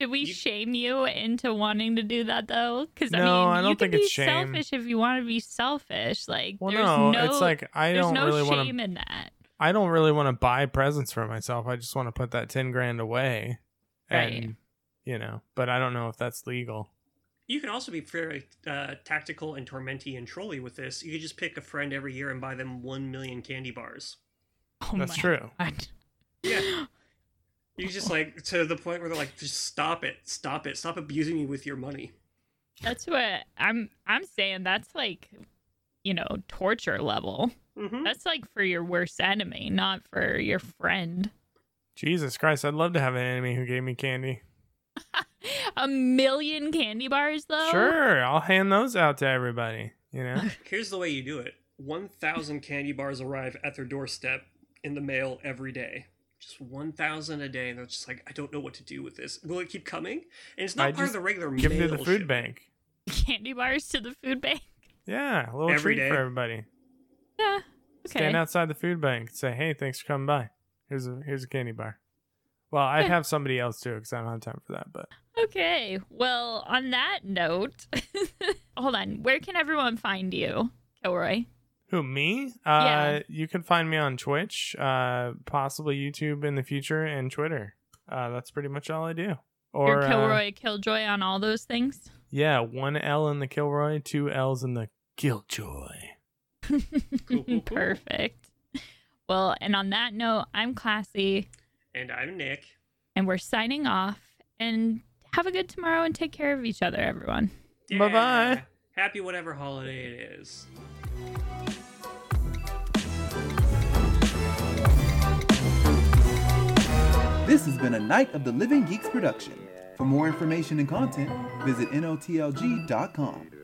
Did we
You-
shame you into wanting to do that though? Because I
No,
mean,
I
you
don't
can
think
be
it's shame.
selfish if you want to be selfish. Like,
Well,
there's
no,
no,
it's like I
there's
don't
no
really want
shame
to.
in that.
I don't really want to buy presents for myself. I just want to put that ten grand away,
Right.
and you know. But I don't know if that's legal.
You can also be very uh, tactical and tormenty and trolly with this. You could just pick a friend every year and buy them one million candy bars.
Oh
that's
my
true.
God.
Yeah. You just like to the point where they're like, just stop it, stop it, stop abusing me with your money.
That's what I'm I'm saying that's like you know, torture level.
hmm
That's like for your worst enemy, not for your friend.
Jesus Christ, I'd love to have an enemy who gave me candy.
A million candy bars though?
Sure, I'll hand those out to everybody. You know.
Here's the way you do it 1,000 candy bars arrive at their doorstep in the mail every day. Just 1,000 a day. And they're just like, I don't know what to do with this. Will it keep coming? And it's not
I
part
just
of the regular
Give
mail.
them to the food
shipment.
bank.
Candy bars to the food bank.
Yeah, a little
Every
treat
day.
for everybody.
Yeah. Okay.
Stand outside the food bank and say, "Hey, thanks for coming by. Here's a here's a candy bar." Well, I'd
Yeah.
have somebody else do it because I don't have time for that. But
Okay. Well, on that note, hold on. Where can everyone find you, Kilroy?
who me? Uh,
Yeah.
You can find me on Twitch, uh, possibly YouTube in the future, and Twitter. Uh, that's pretty much all I do. Or
You're
uh,
Kilroy Killjoy on all those things.
yeah, one L in the Kilroy, two L's in the Killjoy.
cool, cool.
Perfect. Well, and on that note, I'm Classy,
And I'm Nick.
and we're signing off. And have a good tomorrow, and take care of each other, everyone.
Bye-bye.
Yeah. Happy whatever holiday it is.
This has been a Night of the Living Geeks production. For more information and content, visit NOTLG.com.